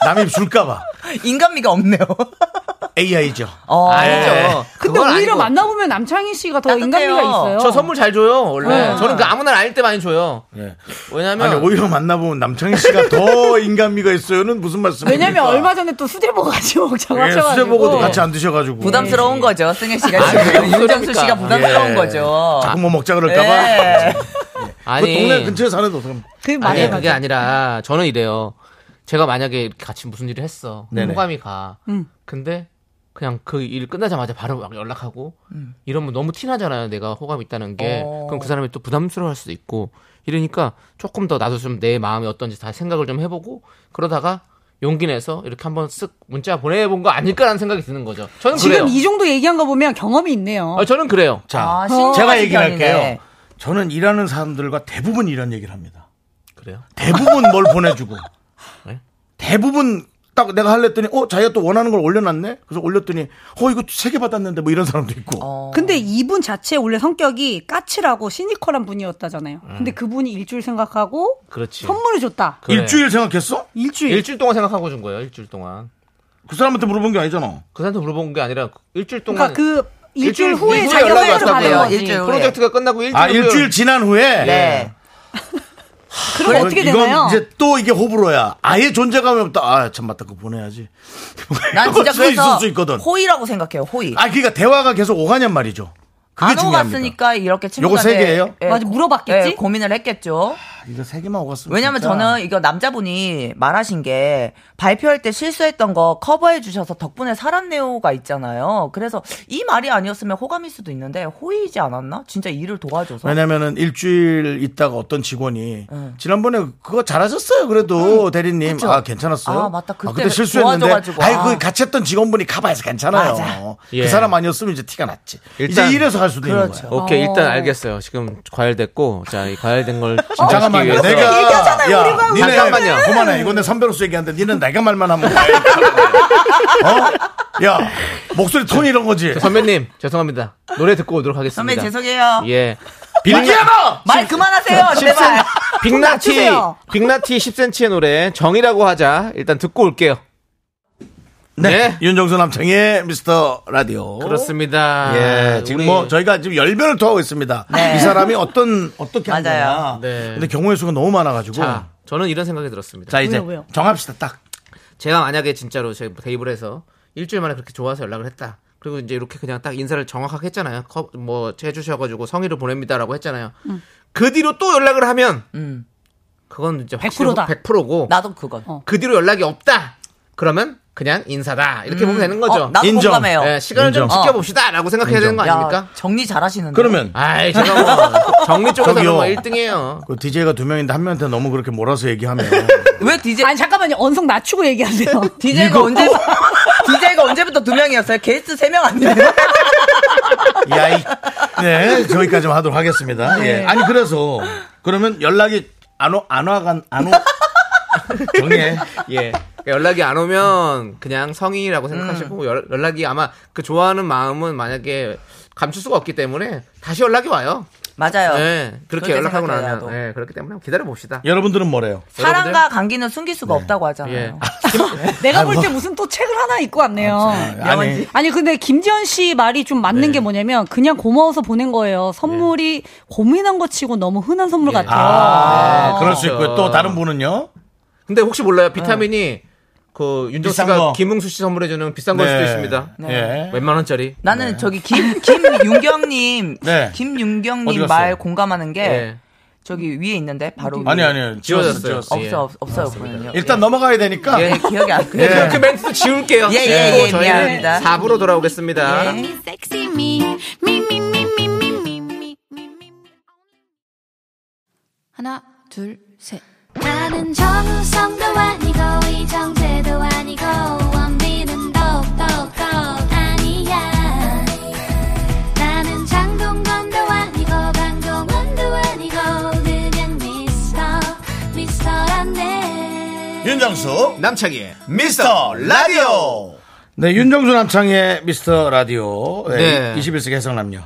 S2: 남이 줄까봐
S9: 인간미가 없네요.
S2: AI죠.
S9: 어.
S2: 예.
S3: 아니죠.
S5: 근데
S3: 그건
S5: 오히려
S3: 아니고.
S5: 만나보면 남창희 씨가 더
S9: 따뜻해요.
S5: 인간미가 있어요.
S3: 저 선물 잘 줘요 원래.
S5: 네.
S3: 저는 그 아무나 아닐 때 많이 줘요.
S2: 네.
S3: 왜냐면
S2: 아니 오히려 만나보면 남창희 씨가 더 인간미가 있어요는 무슨 말씀이에요?
S5: 왜냐면 얼마 전에 또 수제버 같이
S3: 예,
S5: 먹자고 하셔가지고.
S2: 수제 보고도 같이 안 드셔가지고
S9: 부담스러운 거죠. 승혜 씨가
S3: 아니,
S9: 지금
S3: 그러니까.
S9: 윤정수 씨가 부담스러운
S2: 예.
S9: 거죠.
S2: 자꾸 뭐 먹자 그럴까봐.
S9: 예.
S2: 그
S3: 아니
S2: 동네 근처에 사는 도서
S5: 그
S3: 아니,
S5: 말이에요.
S3: 그게 아니라 저는 이래요. 제가 만약에 이렇게 같이 무슨 일을 했어.
S2: 네네.
S3: 호감이 가.
S5: 음.
S3: 근데 그냥 그 일 끝나자마자 바로 막 연락하고
S5: 음.
S3: 이러면 너무 티나잖아요. 내가 호감 있다는 게.
S9: 어.
S3: 그럼 그 사람이 또 부담스러워할 수도 있고 이러니까 조금 더 나도 좀 내 마음이 어떤지 다 생각을 좀 해보고 그러다가 용기 내서 이렇게 한번 쓱 문자 보내본 거 아닐까라는 생각이 드는 거죠. 저는
S5: 지금
S3: 그래요.
S5: 이 정도 얘기한 거 보면 경험이 있네요.
S3: 아, 저는 그래요.
S2: 자,
S9: 아, 신중하신
S2: 제가 얘기를
S9: 편이네.
S2: 할게요. 저는 일하는 사람들과 대부분 이런 얘기를 합니다.
S3: 그래요.
S2: 대부분 뭘 보내주고
S3: 네?
S2: 대부분 딱 내가 할랬더니 어 자기가 또 원하는 걸 올려놨네. 그래서 올렸더니 어 이거 세 개 받았는데 뭐 이런 사람도 있고.
S11: 어.
S3: 어.
S5: 근데 이분 자체 원래 성격이 까칠하고 시니컬한 분이었다잖아요. 근데 그분이 일주일 생각하고
S3: 음. 그렇지.
S5: 선물을 줬다.
S3: 그래.
S2: 일주일 생각했어?
S5: 일주일.
S3: 일주일 동안 생각하고 준 거예요. 일주일 동안.
S2: 그 사람한테 물어본 게 아니잖아.
S3: 그 사람한테 물어본 게 아니라 일주일 동안
S5: 그러니까 그 일주일,
S3: 일주일
S5: 후에
S3: 후에
S5: 자기가
S3: 연락이
S5: 선물을 받은
S3: 왔다고요.
S11: 예,
S5: 거지.
S9: 일주일 후에.
S3: 프로젝트가 끝나고 일주일
S2: 아 일주일 지난 후에.
S9: 네.
S2: 예.
S5: 그럼 어떻게
S2: 이건
S5: 되나요?
S2: 이제 또 이게 호불호야. 아예 존재감이 없다. 아, 참 맞다. 그거 보내야지.
S9: 난 진짜
S2: 그럴 수 어, 있을
S9: 그래서
S2: 수 있거든.
S9: 호의라고 생각해요. 호의.
S2: 아, 그러니까 대화가 계속 오가냔 말이죠. 그게
S9: 안
S2: 중요합니다.
S9: 오갔으니까 이렇게 친구가
S2: 요거 세 개예요?
S5: 맞아, 물어봤겠지?
S9: 고민을 했겠죠.
S2: 아, 이거 세 개만
S3: 아,
S2: 오갔으면.
S9: 왜냐면
S2: 진짜.
S9: 저는 이거 남자분이 말하신 게 발표할 때 실수했던 거 커버해 주셔서 덕분에 살았네요가 있잖아요. 그래서 이 말이 아니었으면 호감일 수도 있는데 호의이지 않았나? 진짜 일을
S3: 네,
S9: 도와줘서.
S2: 왜냐면은 일주일 있다가 어떤 직원이 지난번에 그거 잘하셨어요 그래도 대리님
S9: 예. 음, 그쵸.
S2: 아 괜찮았어요
S9: 아, 맞다. 그때
S2: 그때 실수했는데
S9: 도와줘가지고.
S2: 아이
S9: 아.
S2: 그 같이 했던 직원분이 가봐서 괜찮아요
S9: 맞아.
S2: 그
S3: 예.
S2: 사람 아니었으면 이제 티가 났지
S3: 일단-
S2: 이제 이래서 갈 수도
S9: 그렇죠.
S2: 있는 거야
S3: 오케이 일단 알겠어요. 지금 과열됐고 자이 과열된 걸 진정시키기
S2: 잠깐만요
S3: 위해서
S2: 어, 내가
S5: 얘기하잖아요,
S2: 야,
S5: 우리가.
S2: 니네
S3: 잠깐만요.
S2: 그만해 이건 내 선배로서 얘기하는데 니는 내가 말만 하면 돼. 어? 야 목소리 톤 이런 거지
S3: 선배님 죄송합니다. 노래 듣고 오도록 하겠습니다.
S9: 선배님 죄송해요.
S3: 예.
S2: 빌기야너
S9: 말 그만하세요. 제발.
S3: 빅나티
S5: 낮추세요.
S3: 빅나티 10cm의 노래 정이라고 하자. 일단 듣고 올게요.
S2: 네.
S3: 네.
S2: 윤정수 남창의 미스터 라디오
S3: 그렇습니다.
S2: 예, 지금
S3: 우리-
S2: 뭐 저희가 지금 열변을 토하고 있습니다.
S9: 네.
S2: 이 사람이 어떤 어떻게 한
S9: 맞아요.
S2: 거냐.
S3: 네.
S2: 근데 경우의 수가 너무 많아가지고.
S3: 자, 저는 이런 생각이 들었습니다.
S2: 자, 이제
S5: 왜요, 왜요?
S2: 정합시다 딱.
S3: 제가 만약에 진짜로 제가 대입을 해서 일주일 만에 그렇게 좋아서 연락을 했다. 그리고 이제 이렇게 그냥 딱 인사를 정확하게 했잖아요. 컵, 뭐 해주셔가지고 성의를 보냅니다라고 했잖아요.
S9: 음.
S3: 그 뒤로 또 연락을 하면 그건 이제 확실히
S5: 100%다.
S3: 100%고
S9: 나도 그건.
S5: 어.
S3: 그 뒤로 연락이 없다. 그러면 그냥 인사다 이렇게 보면 되는 거죠.
S9: 어, 나도
S2: 인정.
S9: 공감해요.
S3: 예, 시간을 좀
S9: 인정.
S3: 지켜봅시다라고 생각해야 되는 거
S9: 야,
S3: 아닙니까?
S9: 정리 잘하시는데.
S2: 그러면
S3: 아이 제가 뭐 정리 쪽에서
S2: 저기요.
S3: 뭐 1등이에요.
S2: 그 DJ가 두 명인데 한 명한테 너무 그렇게 몰아서 얘기하면
S9: 왜 DJ
S5: 아니 잠깐만요. 언성 낮추고 얘기하세요.
S9: DJ가 언제
S3: 뭐?
S9: DJ가 언제부터 두 명이었어요? 게스트 세 명 아니에요?
S2: 야이. 네, 저기까지만 하도록 하겠습니다.
S3: 네.
S2: 예. 아니 그래서 그러면 연락이 안 오, 안 와간 안 오. 정해.
S3: 예. 그러니까 연락이 안 오면 그냥 성의라고
S9: 음.
S3: 생각하시고 열- 연락이 아마 그 좋아하는 마음은 만약에 감출 수가 없기 때문에 다시 연락이 와요.
S9: 맞아요.
S3: 예. 그렇게
S9: 네. 그렇게
S3: 연락하고
S9: 생각해요, 예.
S3: 나면 예. 그렇기 때문에 기다려 봅시다.
S2: 여러분들은 뭐래요?
S9: 사랑과 음. 감기는 숨길 수가 없다고
S3: 예.
S9: 하잖아요.
S5: 내가 볼 때 무슨 또 책을 하나 읽고 왔네요.
S11: 음.
S2: 아니
S5: 아니 근데 김지현 씨 말이 좀 맞는 게 뭐냐면 그냥 고마워서 보낸 거예요. 선물이 고민한 거 치고 너무 흔한 선물 같아요.
S2: 아, 그럴 수
S3: 그렇죠.
S2: 있고요. 또 다른 분은요?
S3: 근데 혹시
S9: 음.
S3: 몰라요. 비타민이 그 윤정
S2: 비싼
S3: 씨가
S2: 거.
S3: 김웅수 씨 선물해 주는 비싼 걸 수도 있습니다.
S2: 네.
S3: 몇만 원짜리.
S9: 나는 저기 김 김윤경님
S2: 네. 어디
S9: 김윤경님
S2: 갔어?
S9: 말 공감하는 게
S3: 예.
S9: 저기 위에 있는데 바로
S2: 아니
S9: 위에.
S2: 아니요.
S3: 지워졌어요.
S2: 지웠어요.
S3: 없-
S9: 없어 없- 없어요 보면요.
S2: 일단 넘어가야 되니까
S9: 예, 기억이 안
S3: 네,
S9: 나요.
S3: 그 멘트도 지울게요.
S9: 예, 예,
S3: 그리고
S9: 예,
S3: 저희는
S9: 미안합니다.
S3: 4부로 돌아오겠습니다.
S9: 예.
S8: Sexy me, me, me, me, me, me, me, me, me, me.
S11: 하나, 둘, 셋.
S8: 나는 정우성도 아니고 이정재도 아니고 원빈은 더욱더 아니야 나는 장동건도 아니고 강동원도 아니고 그냥
S2: 윤정수
S3: 남창희의 미스터 라디오
S2: 네, 윤정수 남창의 미스터 라디오 네.
S3: 네.
S2: 21세기 해성남녀.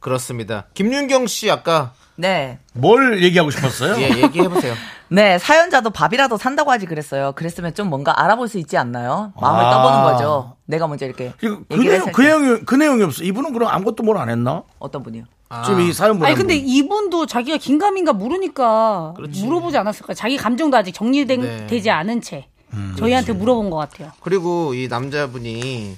S3: 그렇습니다. 김윤경 씨 아까
S9: 네.
S2: 뭘 얘기하고 싶었어요?
S3: 예 얘기해 보세요.
S9: 네, 사연자도 밥이라도 산다고 하지 그랬어요. 그랬으면 좀 뭔가 알아볼 수 있지 않나요? 마음을
S2: 아.
S9: 떠보는 거죠. 내가 먼저 이렇게
S2: 이거 그,
S9: 얘기를
S2: 내용,
S9: 했을
S2: 그
S9: 때
S2: 내용이 그 내용이 없어. 이분은 그럼 아무것도 뭘 안 했나?
S9: 어떤 분이요?
S2: 지금 이 사연 보는
S11: 아니 근데 이분도 자기가 긴가민가 모르니까 물어보지 않았을까? 자기 감정도 아직 정리된
S3: 네.
S11: 되지 않은 채 저희한테 물어본 것 같아요.
S3: 그리고 이 남자분이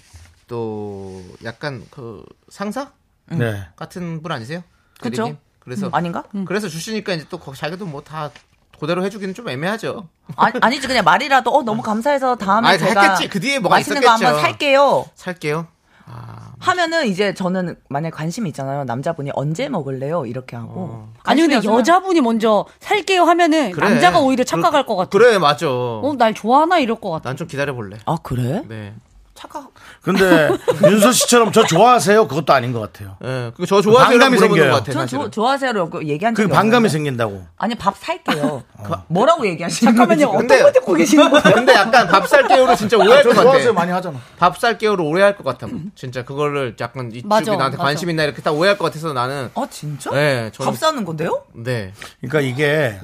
S3: 또 약간 그 상사
S2: 네.
S3: 같은 분 아니세요?
S9: 그쵸. 음,
S3: 대리님? 그래서
S9: 아닌가?
S3: 그래서 주시니까 이제 또 거- 자기도 뭐 다 그대로 해주기는 좀 애매하죠.
S9: 아니, 아니지 그냥 말이라도 어 너무 감사해서 다음에
S3: 아니,
S9: 제가
S3: 했겠지. 그 뒤에 뭐가
S9: 맛있는
S3: 있었겠죠.
S9: 거 한번 살게요.
S3: 살게요. 아,
S9: 하면은 이제 저는 만약 관심이 있잖아요. 남자분이 언제 먹을래요? 이렇게 하고.
S11: 아니 근데
S9: 어. 관심이 없으면
S11: 여자분이 먼저 살게요 하면은
S3: 그래.
S11: 남자가 오히려 착각할 것 같아.
S3: 그래 맞아.
S11: 어, 날 좋아하나 이럴 것 같아.
S3: 난 좀 기다려 볼래.
S9: 아 그래?
S3: 네.
S9: 착각.
S2: 근데 윤서 씨처럼 저 좋아하세요? 그것도 아닌 것 같아요.
S3: 예, 그거 저 좋아하세요?
S2: 반감이
S3: 물어보는
S2: 생겨요.
S3: 것 같아.
S9: 저
S3: 사실은.
S9: 조- 좋아하세요라고 얘기한 적이
S2: 그 반감이
S9: 없는데.
S2: 생긴다고.
S9: 아니 밥 살게요. 그, 뭐라고 얘기하시는 어. 잠깐만요.
S3: 근데-
S9: 어떤 거 듣고 계시는 거예요?
S3: 근데 약간 밥살 깨우로 진짜 오해할 것 같아.
S2: 많이 하잖아.
S3: 밥살 깨우로 오해할 것 같아. 진짜 그거를 약간 이쪽이
S11: 맞아,
S3: 나한테
S11: 맞아.
S3: 관심 있나 이렇게 다 오해할 것 같아서 나는
S9: 아 진짜?
S3: 네, 저는-
S9: 밥 사는 건데요?
S3: 네.
S2: 그러니까 이게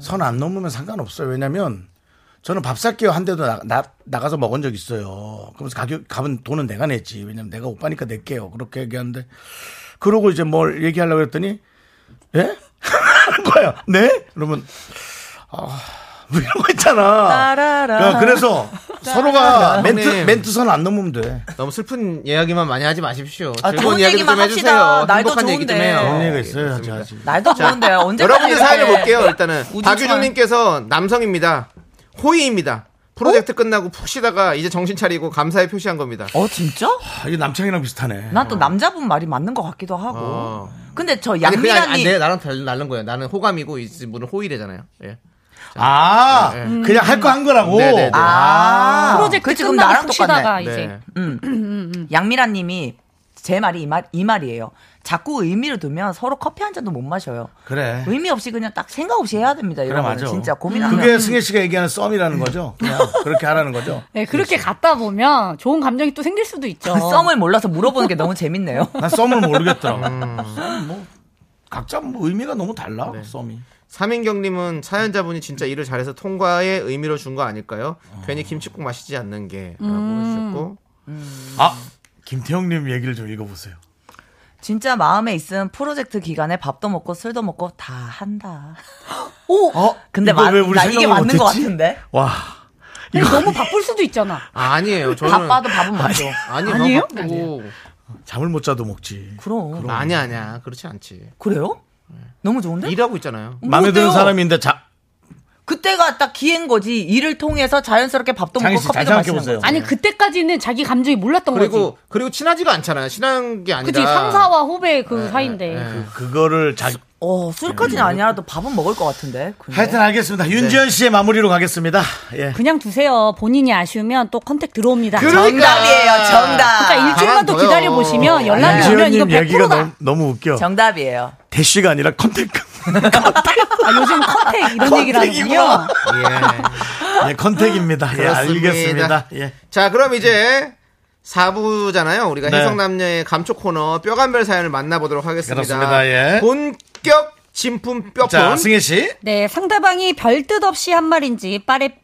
S2: 선 안 넘으면 상관없어요. 왜냐면 저는 밥 살게요 한 대도 나, 가서 먹은 적 있어요. 그러면서 가격, 값은 돈은 내가 냈지. 왜냐면 내가 오빠니까 낼게요. 그렇게 얘기하는데 그러고 이제 뭘 얘기하려고 그랬더니 예? 하는 거야. 네? 그러면 아, 뭐 이런 거 있잖아.
S9: 따라라. 아,
S2: 그래서 서로가 멘트
S3: 형님.
S2: 멘트 선 안 넘으면 돼.
S3: 너무 슬픈 이야기만 많이 하지 마십시오.
S9: 아,
S3: 즐거운
S9: 좋은
S3: 이야기도
S9: 얘기만
S3: 좀 해주세요.
S9: 합시다. 날도
S3: 행복한 얘기 좀
S9: 좋은데.
S3: 해요.
S2: 그런
S9: 그런
S2: 얘기가
S3: 예,
S2: 있어요.
S3: 그렇습니다.
S9: 날도 좋은데 언제
S3: 여러분들 사연을 볼게요. 일단은
S9: 우주선.
S3: 박유정님께서 남성입니다. 호의입니다. 프로젝트 끝나고 푹 쉬다가 이제 정신 차리고 감사의 표시한 겁니다.
S9: 어 진짜?
S2: 아, 이게 남창이랑 비슷하네.
S9: 난 또 남자분 말이 맞는 것 같기도 하고.
S3: 어.
S9: 근데 저
S3: 아니 그냥 아니,
S9: 양미란이
S3: 내 나랑 다른 다른 거예요. 나는 호감이고 이 분은 호의래잖아요. 예.
S2: 아, 그냥 할 거 한 거라고.
S3: 네, 네, 네.
S9: 아
S11: 프로젝트
S9: 그치, 그럼
S11: 끝나고 푹 쉬다가
S9: 똑같네.
S11: 이제
S3: 네.
S9: 음. 양미란님이 제 말이 이, 말, 이 말이에요. 자꾸 의미를 두면 서로 커피 한 잔도 못 마셔요.
S2: 그래.
S9: 의미 없이 그냥 딱 생각 없이 해야 됩니다.
S2: 그래
S9: 이런
S2: 맞아.
S9: 거는 진짜 고민하면
S2: 그게 승혜 씨가 얘기하는 썸이라는 거죠. 그냥 그렇게 하라는 거죠.
S11: 네, 그렇게 갔다 보면 좋은 감정이 또 생길 수도 있죠.
S9: 음. 썸을 몰라서 물어보는 게 너무 재밌네요.
S2: 난 썸을 모르겠더라. 썸 뭐, 각자 뭐 의미가 너무 달라. 썸이.
S3: 삼인경님은 사연자분이 진짜 일을 잘해서 통과의 의미로 준 거 아닐까요? 괜히 김치국 마시지 않는 게라고
S9: 음.
S3: 해주셨고
S2: 아 김태형님 얘기를 좀 읽어보세요.
S9: 진짜 마음에 있음 프로젝트 기간에 밥도 먹고 술도 먹고 다 한다.
S11: 오,
S2: 어?
S9: 근데
S2: 이거
S9: 마-
S2: 왜 우리
S9: 나 이게
S2: 생각을
S9: 맞는 것
S2: 못했지?
S9: 같은데.
S2: 와.
S11: 아니, 너무 바쁠 수도 있잖아.
S3: 아, 아니에요. 저는
S9: 바빠도 밥은 먹죠.
S3: 아니 아니에요?
S11: 아니에요?
S3: 바쁘고
S2: 잠을 못 자도 먹지.
S9: 그럼.
S3: 아니 아니야 그렇지 않지.
S9: 그래요? 너무 좋은데?
S3: 일하고 있잖아요.
S2: 마음에 드는
S9: 못해요.
S2: 사람인데 자,
S9: 그때가 딱 기회인 거지. 일을 통해서 자연스럽게 밥도
S2: 장희
S9: 먹고
S2: 씨 잘
S9: 뭐 커피도
S2: 생각해
S9: 마시는
S2: 보세요.
S9: 거지.
S11: 아니 그때까지는 자기 감정이 몰랐던 거지.
S3: 그리고 그리고 친하지가 않잖아요. 친한 게 아니라.
S11: 그치 상사와 후배 그 사이인데.
S2: 그거를 자.
S9: 어, 술까지는 아니라도 밥은 먹을 것 같은데.
S2: 음.
S9: 근데.
S2: 하여튼 알겠습니다. 윤지현 씨의 마무리로 가겠습니다. 예.
S11: 그냥 두세요. 본인이 아쉬우면 또 컨택 들어옵니다.
S9: 정답이에요, 정답.
S11: 그러니까 일주일만 더
S3: 가만 둬요.
S11: 기다려 보시면
S2: 네.
S11: 연락이 오면 이거
S2: 윤지현님 얘기가
S11: 100%다.
S2: 너무, 너무 웃겨.
S9: 정답이에요.
S2: 대쉬가 아니라 컨택.
S11: 아, 요즘 컨택 이런 얘기를 하는군요.
S2: 컨택이구나.
S3: 예.
S2: 예, 컨택입니다. 예, 알겠습니다. 예.
S3: 자, 그럼 이제 4부잖아요. 우리가
S2: 네.
S3: 해성남녀의 감초 코너 뼈간별 사연을 만나보도록 하겠습니다.
S2: 그렇습니다. 예.
S3: 본격 진품 뼈품.
S2: 자, 승혜 씨.
S11: 네, 상대방이 별뜻 없이 한 말인지 빠레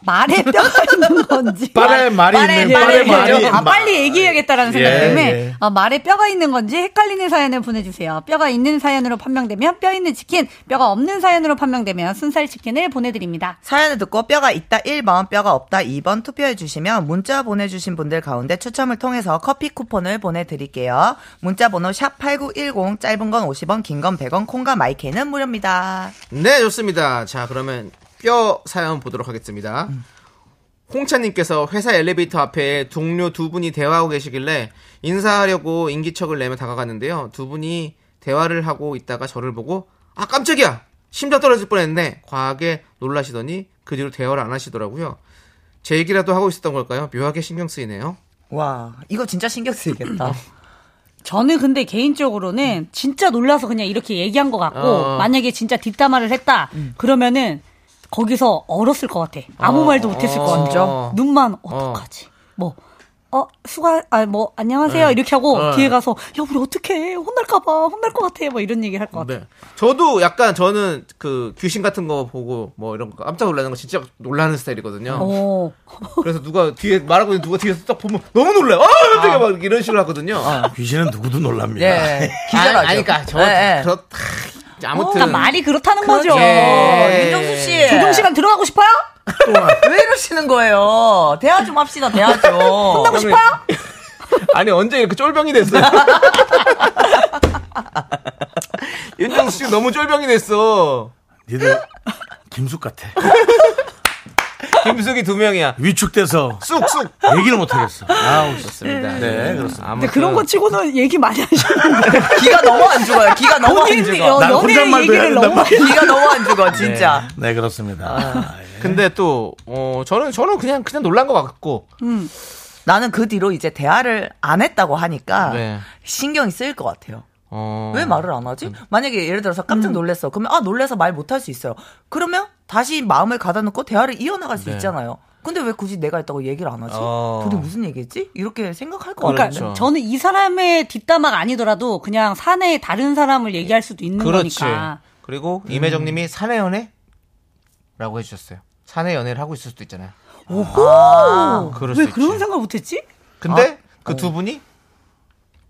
S11: 말에 뼈가 있는 건지.
S2: 빠레 말이
S9: 빠레,
S2: 있는
S9: 빠레
S2: 빠레 말이.
S11: 아, 빨리 얘기해야겠다라는 생각
S2: 예,
S11: 때문에
S2: 예.
S11: 어, 말에 뼈가 있는 건지 헷갈리는 사연을 보내주세요. 뼈가 있는 사연으로 판명되면 뼈 있는 치킨, 뼈가 없는 사연으로 판명되면 순살 치킨을 보내드립니다.
S9: 사연을 듣고 뼈가 있다 1번, 뼈가 없다 2번 투표해 주시면 문자 보내주신 분들 가운데 추첨을 통해서 커피 쿠폰을 보내드릴게요. 문자 번호 샵8910 짧은 건 50원, 긴 건 100원, 콩과 마이케는 무료입니다.
S3: 네, 좋습니다. 자, 그러면 뼈 사연 보도록 하겠습니다. 홍차님께서 회사 엘리베이터 앞에 동료 두 분이 대화하고 계시길래 인사하려고 인기척을 내며 다가갔는데요. 두 분이 대화를 하고 있다가 저를 보고 아 깜짝이야 심장 떨어질 뻔했네 과하게 놀라시더니 그 뒤로 대화를 안 하시더라고요. 제 얘기라도 하고 있었던 걸까요? 묘하게 신경 쓰이네요.
S9: 와, 이거 진짜 신경 쓰이겠다.
S11: 저는 근데 개인적으로는 진짜 놀라서 그냥 이렇게 얘기한 것 같고
S3: 어.
S11: 만약에 진짜 뒷담화를 했다 그러면은 거기서 얼었을 것 같아. 아무
S5: 어,
S11: 말도 못했을 것
S5: 진짜?
S11: 같아. 눈만 어떡하지? 뭐. 어, 수고, 아, 뭐, 안녕하세요.
S3: 네.
S11: 이렇게 하고,
S3: 네.
S11: 뒤에 가서, 야, 우리 어떡해. 혼날까봐, 혼날 것 같아. 뭐, 이런 얘기 할 것 같아.
S3: 네. 저도 약간 저는 그 귀신 같은 거 보고 뭐 이런 거 깜짝 놀라는 거 진짜 놀라는 스타일이거든요.
S11: 오.
S3: 그래서 누가 뒤에 말하고 있는 누가 뒤에서 딱 보면 너무 놀라요. 아, 깜짝이야. 막 이런 식으로 하거든요.
S2: 귀신은 누구도 놀랍니다.
S9: 예.
S3: 기절하죠. 아니, 그러니까
S9: 네,
S3: 저, 저, 아무튼.
S11: 어, 그러니까 말이 그렇다는 거죠.
S9: 예. 윤정수 씨.
S11: 조정 시간 들어가고 싶어요?
S9: 왜 이러시는 거예요? 대화 좀 합시다, 대화 좀.
S11: 혼나고 싶어요?
S3: 아니, 언제 이렇게 쫄병이 됐어요? 윤정수 씨 너무 쫄병이 됐어.
S2: 니들 김숙 같아.
S3: 김숙이 두 명이야.
S2: 위축돼서
S3: 쑥쑥.
S2: 얘기를 못하겠어. 아우,
S3: 그렇습니다.
S2: 네, 그렇습니다.
S3: 아무튼.
S11: 근데 그런 거 치고는 얘기 많이 하시는데.
S9: 기가 너무 안 죽어요. 기가 너무 안
S11: 본인,
S9: 죽어.
S11: 어,
S2: 난
S11: 연애
S2: 혼잣말도 해야
S11: 얘기를
S2: 된단
S11: 너무.
S2: 말이야.
S9: 기가 너무 안 죽어, 진짜.
S2: 네, 그렇습니다. 아, 예.
S3: 근데 또, 어, 저는, 저는 그냥, 그냥 놀란 것 같고.
S9: 나는 그 뒤로 이제 대화를 안 했다고 하니까
S3: 네.
S9: 신경이 쓰일 것 같아요.
S3: 어.
S9: 아.
S3: 음.
S9: 왜 말을 안 하지? 만약에 예를 들어서 깜짝 놀랐어. 그러면 아 놀래서 말 못 할 수 있어요. 그러면 다시 마음을 가다놓고 대화를 이어나갈 수
S3: 네.
S9: 있잖아요. 근데 왜 굳이 내가 했다고 얘기를 안 하지?
S3: 어.
S9: 둘이 무슨 얘기했지? 이렇게 생각할 것
S11: 그러니까
S9: 같아요.
S3: 그렇죠.
S11: 저는 이 사람의 뒷담화가 아니더라도 그냥 사내의 다른 사람을 얘기할 수도 있는
S3: 예. 그렇지.
S11: 거니까.
S3: 그리고 임혜정님이 사내 연애? 라고 해주셨어요. 사내 연애를 하고 있을 수도 있잖아요. 아,
S11: 오호.
S3: 그럴
S11: 왜
S3: 수
S11: 그런
S3: 있지.
S11: 생각을 못했지?
S3: 근데 그 두 분이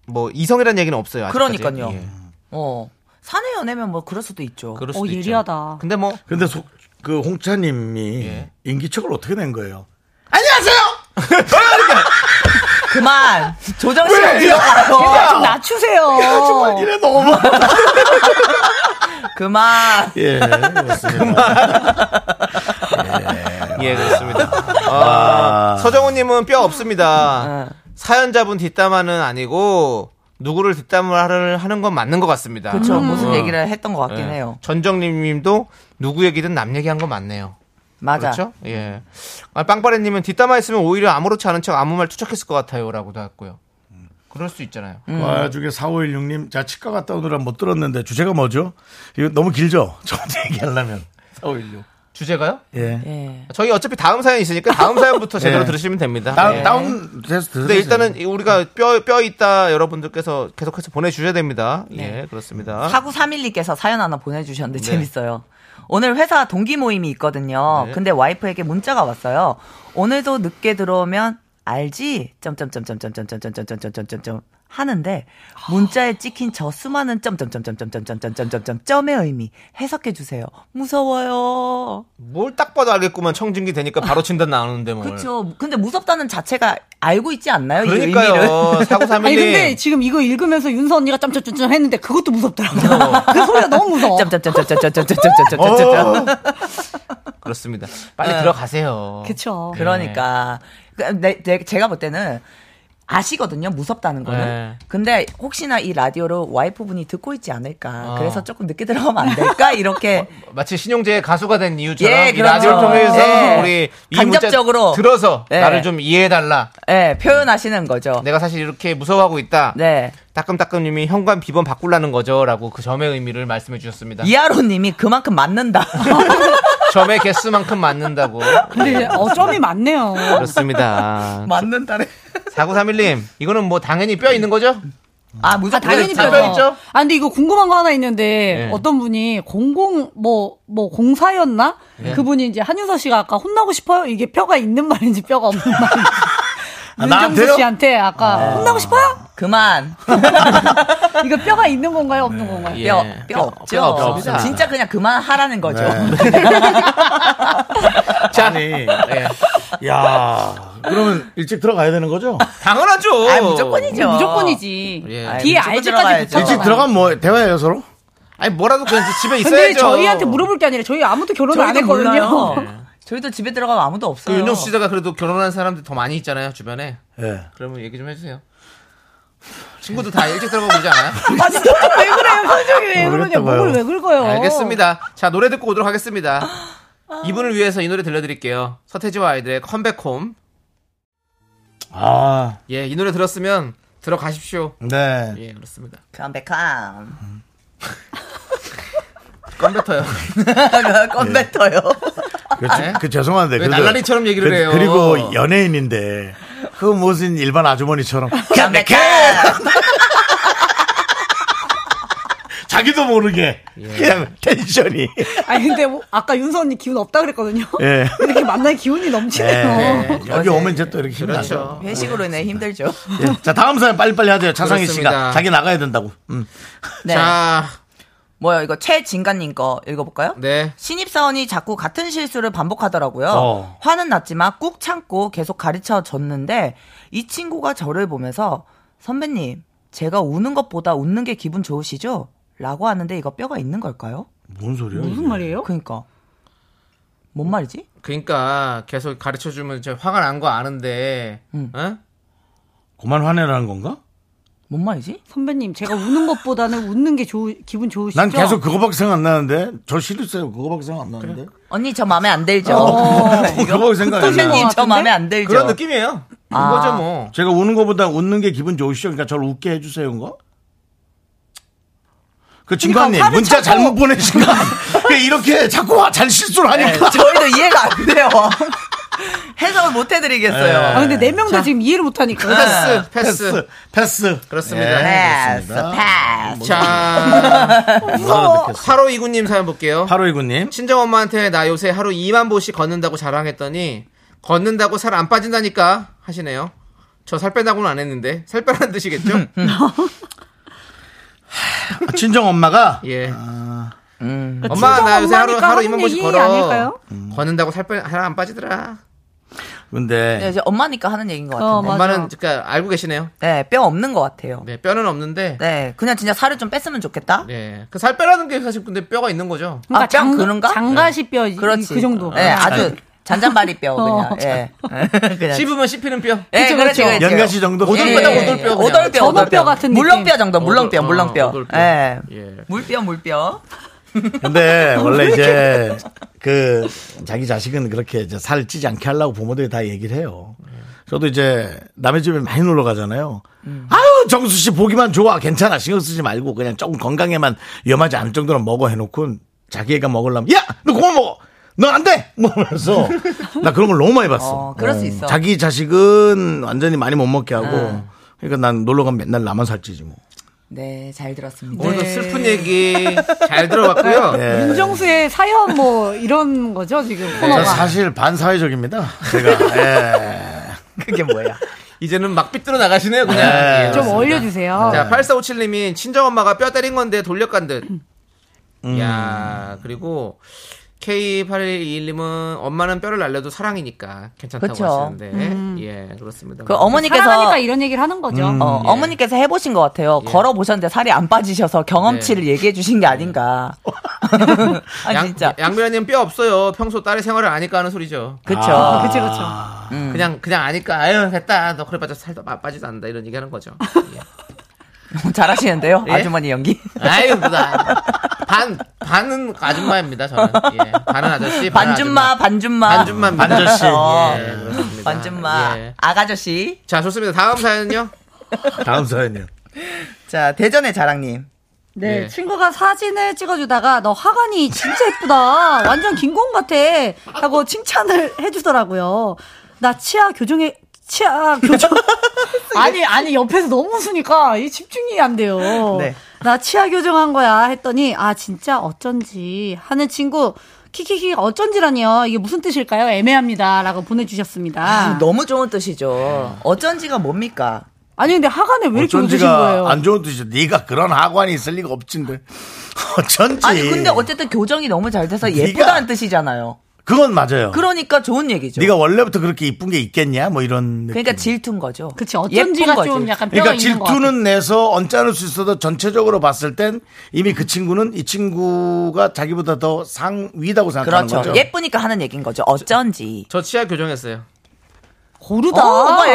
S3: 뭐 이성이라는 얘기는 없어요. 아직까지.
S9: 그러니까요.
S3: 예.
S9: 어. 사내 연애면 뭐 그럴 수도 있죠.
S3: 그럴
S11: 어,
S3: 수도 있죠.
S11: 예리하다.
S3: 근데 뭐
S2: 근데 속, 그 홍차님이
S3: 예.
S2: 인기척을 어떻게 낸 거예요?
S9: 그만 조정 씨가
S3: 그렇죠.
S9: 들어가요.
S11: 좀 낮추세요.
S2: 아, 이래 너무.
S9: 그만.
S2: 예, 그렇습니다.
S3: 예, 그렇습니다. 아, 서정우님은 뼈 없습니다. 사연자분 뒷담화는 아니고 누구를 뒷담화를 하는 건 맞는 것 같습니다.
S9: 그렇죠. 무슨
S3: 어.
S9: 얘기를 했던 것 같긴
S3: 예.
S9: 해요.
S3: 전정님님도 누구 얘기든 남 얘기한 건 맞네요.
S9: 맞아.
S3: 그렇죠? 예. 아, 빵빠레님은 뒷담화 했으면 오히려 아무렇지 않은 척 아무 말 투척했을 것 같아요라고도 했고요. 그럴 수 있잖아요.
S2: 그 와중에 4516님, 자, 치과 갔다 오느라 못 들었는데 주제가 뭐죠? 이거 너무 길죠? 저한테 얘기하려면. 4516.
S3: 주제가요?
S2: 예.
S9: 예.
S3: 저희 어차피 다음 사연 있으니까 다음 사연부터 제대로
S2: 네.
S3: 들으시면 됩니다.
S2: 다,
S3: 예.
S2: 다운 돼서 들으세요.
S3: 근데 일단은 이 우리가 뼈, 뼈 있다 여러분들께서 계속해서 보내주셔야 됩니다. 예, 그렇습니다.
S9: 4931님께서 사연 하나 보내주셨는데 재밌어요. 오늘 회사 동기 모임이 있거든요.
S3: 네.
S9: 근데 와이프에게 문자가 왔어요. 오늘도 늦게 들어오면 알지? 점점점점점점점점점점점점점점 하는데 문자에 찍힌 저 수많은 점점점점점점점점점점점점의 의미 해석해 주세요. 무서워요.
S3: 뭘 딱 봐도 알겠구만 청진기 되니까 바로 진단 나오는데 뭐.
S9: 그렇죠. 근데 무섭다는 자체가 알고 있지 않나요? 이 의미를.
S3: 그러니까요.
S11: 아니 근데
S3: 4931님.
S11: 지금 이거 읽으면서 윤서 언니가 짬짬짬짬 했는데 그것도 무섭더라고.
S3: 어.
S11: 그 소리가 너무 무서워.
S9: 점점점점점점점점점점점점점
S3: 그렇습니다. 빨리 들어가세요.
S11: 그쵸.
S3: 네.
S9: 그러니까 그, 내, 내- 제가 볼 때는 아시거든요 무섭다는 거는
S3: 네.
S9: 근데 혹시나 이 라디오를 와이프분이 듣고 있지
S3: 어.
S9: 않을까 그래서 조금 늦게 들어가면 안 될까 이렇게
S3: 마치 신용재의 가수가 된 이유처럼
S9: 예,
S3: 이 라디오를
S9: 그렇죠.
S3: 통해서
S9: 예.
S3: 우리 이
S9: 간접적으로.
S3: 문자 들어서
S9: 예.
S3: 나를 좀 이해해달라.
S9: 예, 표현하시는 거죠
S3: 내가 사실 이렇게 무서워하고 있다.
S9: 네
S3: 따끔따끔님이 현관 비번 바꾸라는 거죠라고 그 점의 의미를 말씀해 주셨습니다.
S9: 이하로님이 그만큼 맞는다
S3: 점의 개수만큼 맞는다고.
S11: 근데 어 점이 많네요.
S3: 그렇습니다.
S9: 맞는다네
S3: 4931님, 이거는 뭐 당연히 뼈 있는 거죠?
S9: 아 무조건
S11: 당연히
S9: 그렇죠.
S3: 답변 네, 있죠?
S11: 뼈죠. 아 근데 이거 궁금한 거 하나 있는데
S3: 예.
S11: 어떤 분이 공공 뭐 뭐 공사였나 그분이 이제 한윤서 씨가 아까 혼나고 싶어요 이게 뼈가 있는 말인지 뼈가 없는 말인지
S2: 아,
S11: 윤정수
S2: 나한테요?
S11: 씨한테 아까 혼나고 싶어요
S9: 그만
S11: 이거 뼈가 있는 건가요 없는 건가요?
S3: 예. 뼈,
S9: 뼈, 뼈, 없죠
S3: 뼈 없습니다. 네.
S9: 진짜 그냥 그만하라는 거죠
S3: 자,
S2: 아니,
S3: 예.
S2: 야 그러면 일찍 들어가야 되는 거죠?
S3: 당연하죠.
S9: 아 무조건이죠
S11: 무조건이지.
S3: 예.
S9: 아이,
S11: 뒤에
S9: 무조건
S11: 알지까지
S9: 들어가야죠.
S11: 붙여서
S2: 일찍 들어가면 뭐, 대화해요, 서로?
S3: 아니 뭐라도 그냥 집에 있어야죠.
S11: 근데 저희한테 물어볼 게 아니라 저희 아무도 결혼을 안
S9: 저희도 몰라요. 아,
S11: 했거든요.
S9: 저희도 집에 들어가면 아무도
S3: 그
S9: 없어요.
S3: 윤정수 씨가 그래도 결혼한 사람들 더 많이 있잖아요 주변에.
S2: 예.
S3: 그러면 얘기 좀 해주세요. 친구도 다 일찍 들어가고 그러지 않아요?
S11: 아 진짜 왜 그래요? 표정이 왜 그러냐?
S2: 모르겠다고요.
S11: 목을 왜 긁어요?
S3: 알겠습니다. 자 노래 듣고 오도록 하겠습니다.
S9: 아.
S3: 이분을 위해서 이 노래 들려드릴게요. 서태지와 아이들의 컴백홈.
S2: 아,
S3: 예, 이 노래 들었으면 들어가십시오.
S2: 네.
S3: 예, 그렇습니다.
S9: 컴백함.
S3: 껌뱉어요. 아,
S9: 컴백터요.
S2: 그렇죠.
S3: 네?
S2: 그 죄송한데
S3: 왜
S2: 그래도-
S3: 날라리처럼 얘기를
S2: 그-
S3: 해요?
S2: 그리고 연예인인데 그 무슨 일반 아주머니처럼 담백해. 자기도 모르게
S3: 예.
S2: 그냥 텐션이
S11: 아니 근데 뭐 아까 윤서 언니 기운 없다 그랬거든요.
S2: 예.
S11: 이렇게 만날 기운이 넘치네요.
S2: 예, 예. 여기 오면 이제 또 이렇게 힘나죠.
S9: 그렇죠. 회식으로 인해 힘들죠.
S2: 예. 자 다음 사연 빨리빨리 하세요. 차상희
S3: 그렇습니다.
S2: 씨가 자기 나가야 된다고. 음.
S9: 네.
S3: 자,
S9: 뭐요? 이거 최진관님 거 읽어볼까요?
S3: 네.
S9: 신입사원이 자꾸 같은 실수를 반복하더라고요.
S2: 어.
S9: 화는 났지만 꾹 참고 계속 가르쳐 줬는데 이 친구가 저를 보면서 선배님, 제가 우는 것보다 웃는 게 기분 좋으시죠? 라고 하는데 이거 뼈가 있는 걸까요?
S2: 뭔 소리야? 이게?
S11: 무슨 말이에요?
S9: 그러니까. 뭔 말이지?
S3: 그러니까 계속 가르쳐 주면 저 화가 난 거 아는데,
S9: 음.
S3: 어?
S2: 그만 화내라는 건가?
S9: 뭔 말이지?
S11: 선배님 제가 우는 것보다는 웃는 게 좋, 기분 좋으시죠?
S2: 난 계속 그거밖에 생각 안 나는데 저 싫었어요. 그거밖에 생각 안 나는데.
S9: 언니 저 마음에 안 들죠?
S2: 어, 그거밖에 생각 안 나.
S9: 선배님 저 마음에 안
S2: 그렇죠.
S9: 들죠?
S3: 그런 느낌이에요.
S9: 아.
S3: 그거죠 뭐.
S2: 제가 우는 것보다 웃는 게 기분 좋으시죠? 그러니까 저를 웃게 해주세요인가? 그 진관님
S9: 화를
S2: 문자
S9: 참고-
S2: 잘못 보내신 거 아니- 그러니까 이렇게 자꾸 와, 잘 실수를 하니까
S9: 네, 저희도 이해가 안 돼요. 해석을 못 해드리겠어요.
S11: 아 근데 네 명 다 지금 이해를 못하니까.
S3: 패스, 패스.
S2: 패스 패스
S3: 그렇습니다.
S2: 예, 그렇습니다.
S9: 패스.
S3: 자,
S2: 뭐라고 느꼈어?
S3: 8호 2구님 사연 볼게요.
S2: 8529님
S3: 친정엄마한테 나 요새 하루 2만 보씩 걷는다고 자랑했더니 걷는다고 살 안 빠진다니까 하시네요. 저 살 빼다고는 안 했는데 살 빼라는 뜻이겠죠?
S9: 음,
S2: 친정 엄마가 아,
S3: 예.
S9: 음.
S3: 엄마 나 요새 하루
S11: 친정엄마니까
S3: 하루
S11: 하는
S3: 2만 보씩
S11: 얘기
S3: 걸어.
S11: 아닐까요?
S3: 걷는다고 살 빼 살 안 빠지더라.
S9: 네,
S2: 근데
S9: 이제 엄마니까 하는 얘기인 것
S11: 어,
S9: 같은데.
S11: 맞아.
S3: 엄마는 그러니까 알고 계시네요.
S9: 네, 뼈 없는 것 같아요.
S3: 네, 뼈는 없는데
S9: 네, 그냥 진짜 살을 좀 뺐으면 좋겠다.
S3: 네. 그 살 빼라는 게 사실 근데 뼈가 있는 거죠.
S11: 그러니까
S9: 아, 뼈 그런가?
S11: 장가시 뼈
S9: 그렇지.
S11: 그 정도. 어.
S9: 네, 아주 잔잔바리 뼈 그냥. 예.
S11: 네.
S9: 그냥.
S3: 씹으면 씹히는 뼈.
S9: 예, 그렇죠. 그렇죠.
S2: 연가시 정도
S3: 오돌뼈다,
S9: 예.
S3: 오돌뼈 그냥.
S9: 오돌뼈,
S11: 전어뼈
S9: 오돌뼈.
S11: 같은 느낌.
S9: 물렁뼈 정도, 물렁뼈,
S3: 오돌- 어,
S9: 물렁뼈.
S3: 오돌뼈.
S9: 예.
S3: 예.
S9: 물뼈, 물뼈.
S2: 근데 원래 이제 그 자기 자식은 그렇게 이제 살 찌지 않게 하려고 부모들이 다 얘기를 해요. 저도 이제 남의 집에 많이 놀러 가잖아요.
S9: 음.
S2: 아유 정수 씨 보기만 좋아 괜찮아 신경 쓰지 말고 그냥 조금 건강에만 위험하지 않을 정도로 먹어 해놓고 자기 애가 먹으려면 야너 그만 먹어 넌 안돼 먹으면서 나 그런 걸 너무 많이 봤어. 음.
S9: 어, 그럴 수 있어.
S2: 자기 자식은 완전히 많이 못 먹게 하고 그러니까 난 놀러 가면 맨날 나만 살찌지 뭐.
S9: 네, 잘 들었습니다.
S3: 오늘도 슬픈 얘기 잘 들어봤고요.
S9: 네.
S11: 윤정수의 사연 뭐 이런 거죠 지금
S3: 네,
S2: 저
S11: 코너가.
S2: 사실 반사회적입니다. 제가 예.
S9: 그게 뭐야.
S3: 이제는 막 삐뚤어 나가시네요, 그냥.
S2: 네.
S3: 예,
S11: 좀
S3: 그렇습니다.
S9: 아.
S11: 올려주세요.
S3: 자, 8457님이 친정엄마가 뼈 때린 건데 돌려간 듯. 야 그리고 K8121님은 엄마는 뼈를 날려도 사랑이니까 괜찮다고
S9: 그쵸. 음.
S3: 하시는데. 예, 그렇습니다.
S9: 그 어머니께서
S11: 사랑하니까 이런 얘기를 하는 거죠.
S3: 음.
S9: 어,
S3: 예.
S9: 머니께서 해보신 것 같아요. 걸어보셨는데 살이 안 빠지셔서 경험치를 얘기해 주신 게 아닌가. 아, 진짜.
S3: 네. 양미라님 뼈 없어요. 평소 딸의 생활을 아니까 하는 소리죠.
S9: 그쵸.
S11: 아, 그치 그쵸.
S9: 음.
S3: 그냥, 그냥 아니까, 아유, 됐다. 너 그래봤자 살도 마- 빠지도 않는다. 이런 얘기 하는 거죠. 예.
S9: 너무 잘하시는데요.
S3: 예?
S9: 아주머니 연기.
S3: 아유, 뭐다. 반, 반은 아줌마입니다, 저는. 예. 반은 아저씨. 반은
S9: 반준마, 반준마.
S3: 아줌마. 반줌마입니다.
S2: 아저씨.
S9: 어.
S3: 예, 그렇습니다.
S9: 반준마.
S3: 예.
S9: 아가저씨.
S3: 자, 좋습니다. 다음 사연은요?
S2: 다음 사연이요.
S9: 자, 대전의 자랑님.
S11: 네,
S3: 예.
S11: 친구가 사진을 찍어주다가 너 화관이 진짜 예쁘다. 완전 김공 같아. 하고 칭찬을 해주더라고요. 나 치아 교정에 치아 교정 아니 아니 옆에서 너무 웃으니까 이 집중이 안 돼요.
S9: 네.
S11: 나 치아 교정한 거야 했더니 아 진짜 어쩐지 하는 친구 키키키 어쩐지라니요 이게 무슨 뜻일까요 애매합니다라고 보내주셨습니다.
S9: 음, 너무 아, 좋은 뜻이죠. 어쩐지가 뭡니까?
S11: 아니 근데 하관에 왜 이렇게 웃으신 거예요?
S2: 어쩐지가 안 좋은 뜻이죠. 네가 그런 하관이 있을 리가 없진데. 어쩐지.
S9: 아니, 근데 어쨌든 교정이 너무 잘 돼서
S2: 네가-
S9: 예쁘다는 뜻이잖아요.
S2: 그건 맞아요.
S9: 그러니까 좋은 얘기죠.
S2: 네가 원래부터 그렇게 이쁜 게 있겠냐? 뭐 이런. 느낌.
S9: 그러니까 질투인 거죠.
S11: 그치
S9: 예쁜
S11: 어쩐지가
S9: 거지.
S11: 좀 약간 뼈가
S2: 그러니까
S11: 있는 거 같아요.
S2: 질투는 내서 언짢을 수 있어도 전체적으로 봤을 땐 이미 그 친구는 이 친구가 자기보다 더 상위다고 생각하는
S9: 그렇죠.
S2: 거죠.
S9: 예쁘니까 하는 얘기인 거죠. 어쩐지.
S3: 저 치아 교정했어요.
S11: 고르다.
S9: 어, 오빠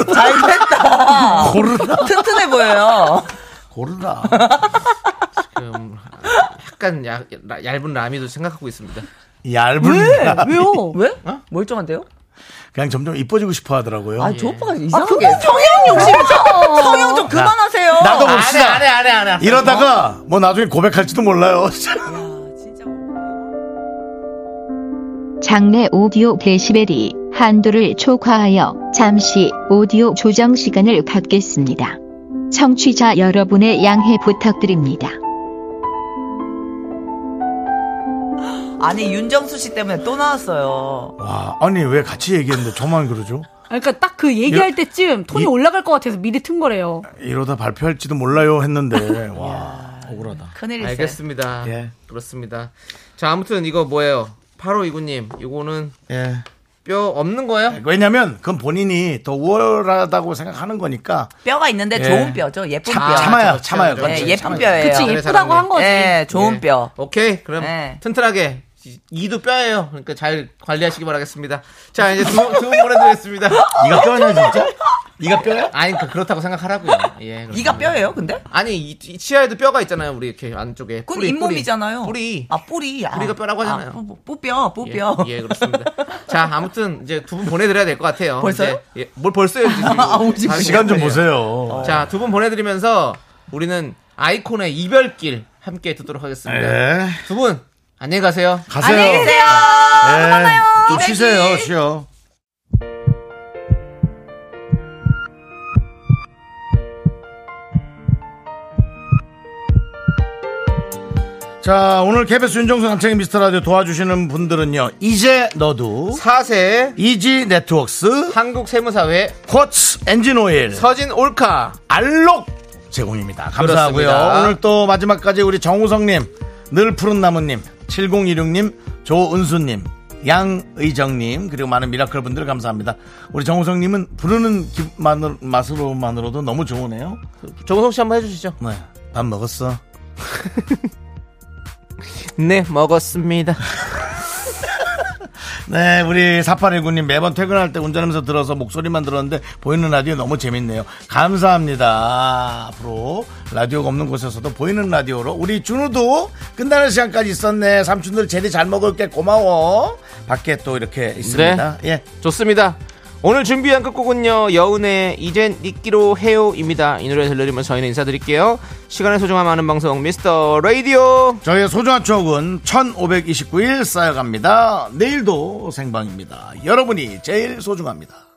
S9: 예쁘다. 잘 됐다.
S2: 고르다.
S9: 튼튼해 보여요.
S2: 고르다.
S3: 지금 약간 야- 라- 얇은 라미도 생각하고 있습니다.
S2: 얇은. 나.
S11: 왜요?
S9: 왜? 멀쩡한데요?
S2: 그냥 점점 이뻐지고 싶어 하더라고요.
S9: 아, 저 오빠가
S11: 아,
S9: 이상하게.
S11: 그건 성향 욕심이죠.
S9: 성형 좀 그만하세요.
S2: 나도
S3: 어, 안 해,
S2: 봅시다.
S3: 아, 안 해, 안 해, 안 해.
S2: 뭐
S9: 아,
S2: 이러다가 뭐 나중에 고백할지도 몰라요.
S9: 진짜.
S12: 장내 오디오 데시벨이 한도를 초과하여 잠시 오디오 조정 시간을 갖겠습니다. 청취자 여러분의 양해 부탁드립니다.
S9: 아니 윤정수 씨 때문에 또 나왔어요.
S2: 와, 아니 왜 같이 얘기했는데 저만 그러죠?
S5: 그러니까 딱 그 얘기할
S2: 여-
S5: 때쯤 톤이
S2: 이-
S5: 올라갈 것 같아서 미리 튼 거래요.
S2: 이러다 발표할지도 몰라요 했는데 와, 억울하다.
S9: 큰일이세요.
S3: 알겠습니다.
S2: 예.
S3: 그렇습니다. 자, 아무튼 이거 뭐예요? 8529님, 이거는
S2: 예.
S3: 뼈 없는
S2: 아,
S3: 거예요?
S2: 왜냐면 그건 본인이 더 우월하다고 생각하는 거니까
S9: 뼈가 있는데
S2: 예.
S9: 좋은 뼈죠. 예쁜
S2: 참-
S9: 뼈.
S2: 참아요,
S3: 자,
S2: 참아요.
S3: 자,
S2: 그건
S9: 예,
S2: 진짜
S9: 예쁜
S2: 참아요.
S9: 뼈예요.
S5: 그치,
S3: 그래,
S5: 예쁘다고 한 거지.
S9: 예, 좋은
S3: 예.
S9: 뼈.
S3: 오케이, 그럼
S9: 예.
S3: 튼튼하게 이- 이도 뼈예요. 그러니까 잘 관리하시기 바라겠습니다. 자, 이제 두분 보내드리겠습니다.
S2: 네가 뼈냐 진짜? 네가 뼈야?
S3: 아니, 그- 그렇다고 생각하라고요. 예, 그렇습니다.
S9: 이가 뼈예요, 근데?
S3: 아니, 이, 이 치아에도 뼈가 있잖아요. 우리 이렇게 안쪽에.
S9: 그건
S3: 뿌리,
S9: 잇몸이잖아요.
S3: 뿌리.
S9: 아, 뿌리. 아,
S3: 뿌리가 뼈라고 하잖아요.
S9: 아, 뿌- 뿌- 뿌뼈,
S3: 예,
S9: 뿌뼈.
S3: 예, 그렇습니다. 자, 아무튼 이제 두 분 보내드려야 될 것 같아요.
S9: 벌써요?
S3: 이제, 예, 뭘 벌써요? 이제 지금.
S9: 아, 오지
S3: 다음이
S2: 시간 좀
S3: 시간이에요.
S2: 보세요.
S3: 자, 두 분 보내드리면서 우리는 아이콘의 이별길 함께 듣도록 하겠습니다.
S2: 예.
S3: 두 분 안녕히 가세요.
S2: 가세요.
S9: 안녕히 계세요.
S2: 예.
S9: 아, 만나요. 네.
S2: 좀
S9: 이백이.
S2: 쉬세요, 쉬어. 자, 오늘 KBS 윤정수 남창희 미스터 라디오 도와주시는 분들은요. 이제 너도
S3: 4세
S2: 이지 네트웍스
S3: 한국세무사회
S2: 코츠 엔진 오일
S3: 서진 올카
S2: 알록 제공입니다. 감사하고요.
S3: 그렇습니다.
S2: 오늘 또 마지막까지 우리 정우성님, 늘 푸른 나무님, 7016님, 조은수님, 양의정님 그리고 많은 미라클 분들 감사합니다. 우리 정우성님은 부르는 기- 만으- 맛으로만으로도 너무 좋으네요.
S3: 정우성 씨 한번 해주시죠.
S2: 네, 밥 먹었어.
S3: 네 먹었습니다.
S2: 네, 우리 4819님 매번 퇴근할 때 운전하면서 들어서 목소리만 들었는데 보이는 라디오 너무 재밌네요. 감사합니다. 앞으로 라디오가 없는 곳에서도 보이는 라디오로 우리 준우도 끝나는 시간까지 있었네. 삼촌들 제리 잘 먹을게 고마워. 밖에 또 이렇게 있습니다. 예.
S3: 좋습니다. 오늘 준비한 끝곡은요 여운의 이젠 잊기로 해요입니다. 이 노래 들려드리면 저희는 인사드릴게요. 시간의 소중함 아는 방송 미스터 라디오.
S2: 저희의 소중한 추억은 1529일 쌓여갑니다. 내일도 생방입니다. 여러분이 제일 소중합니다.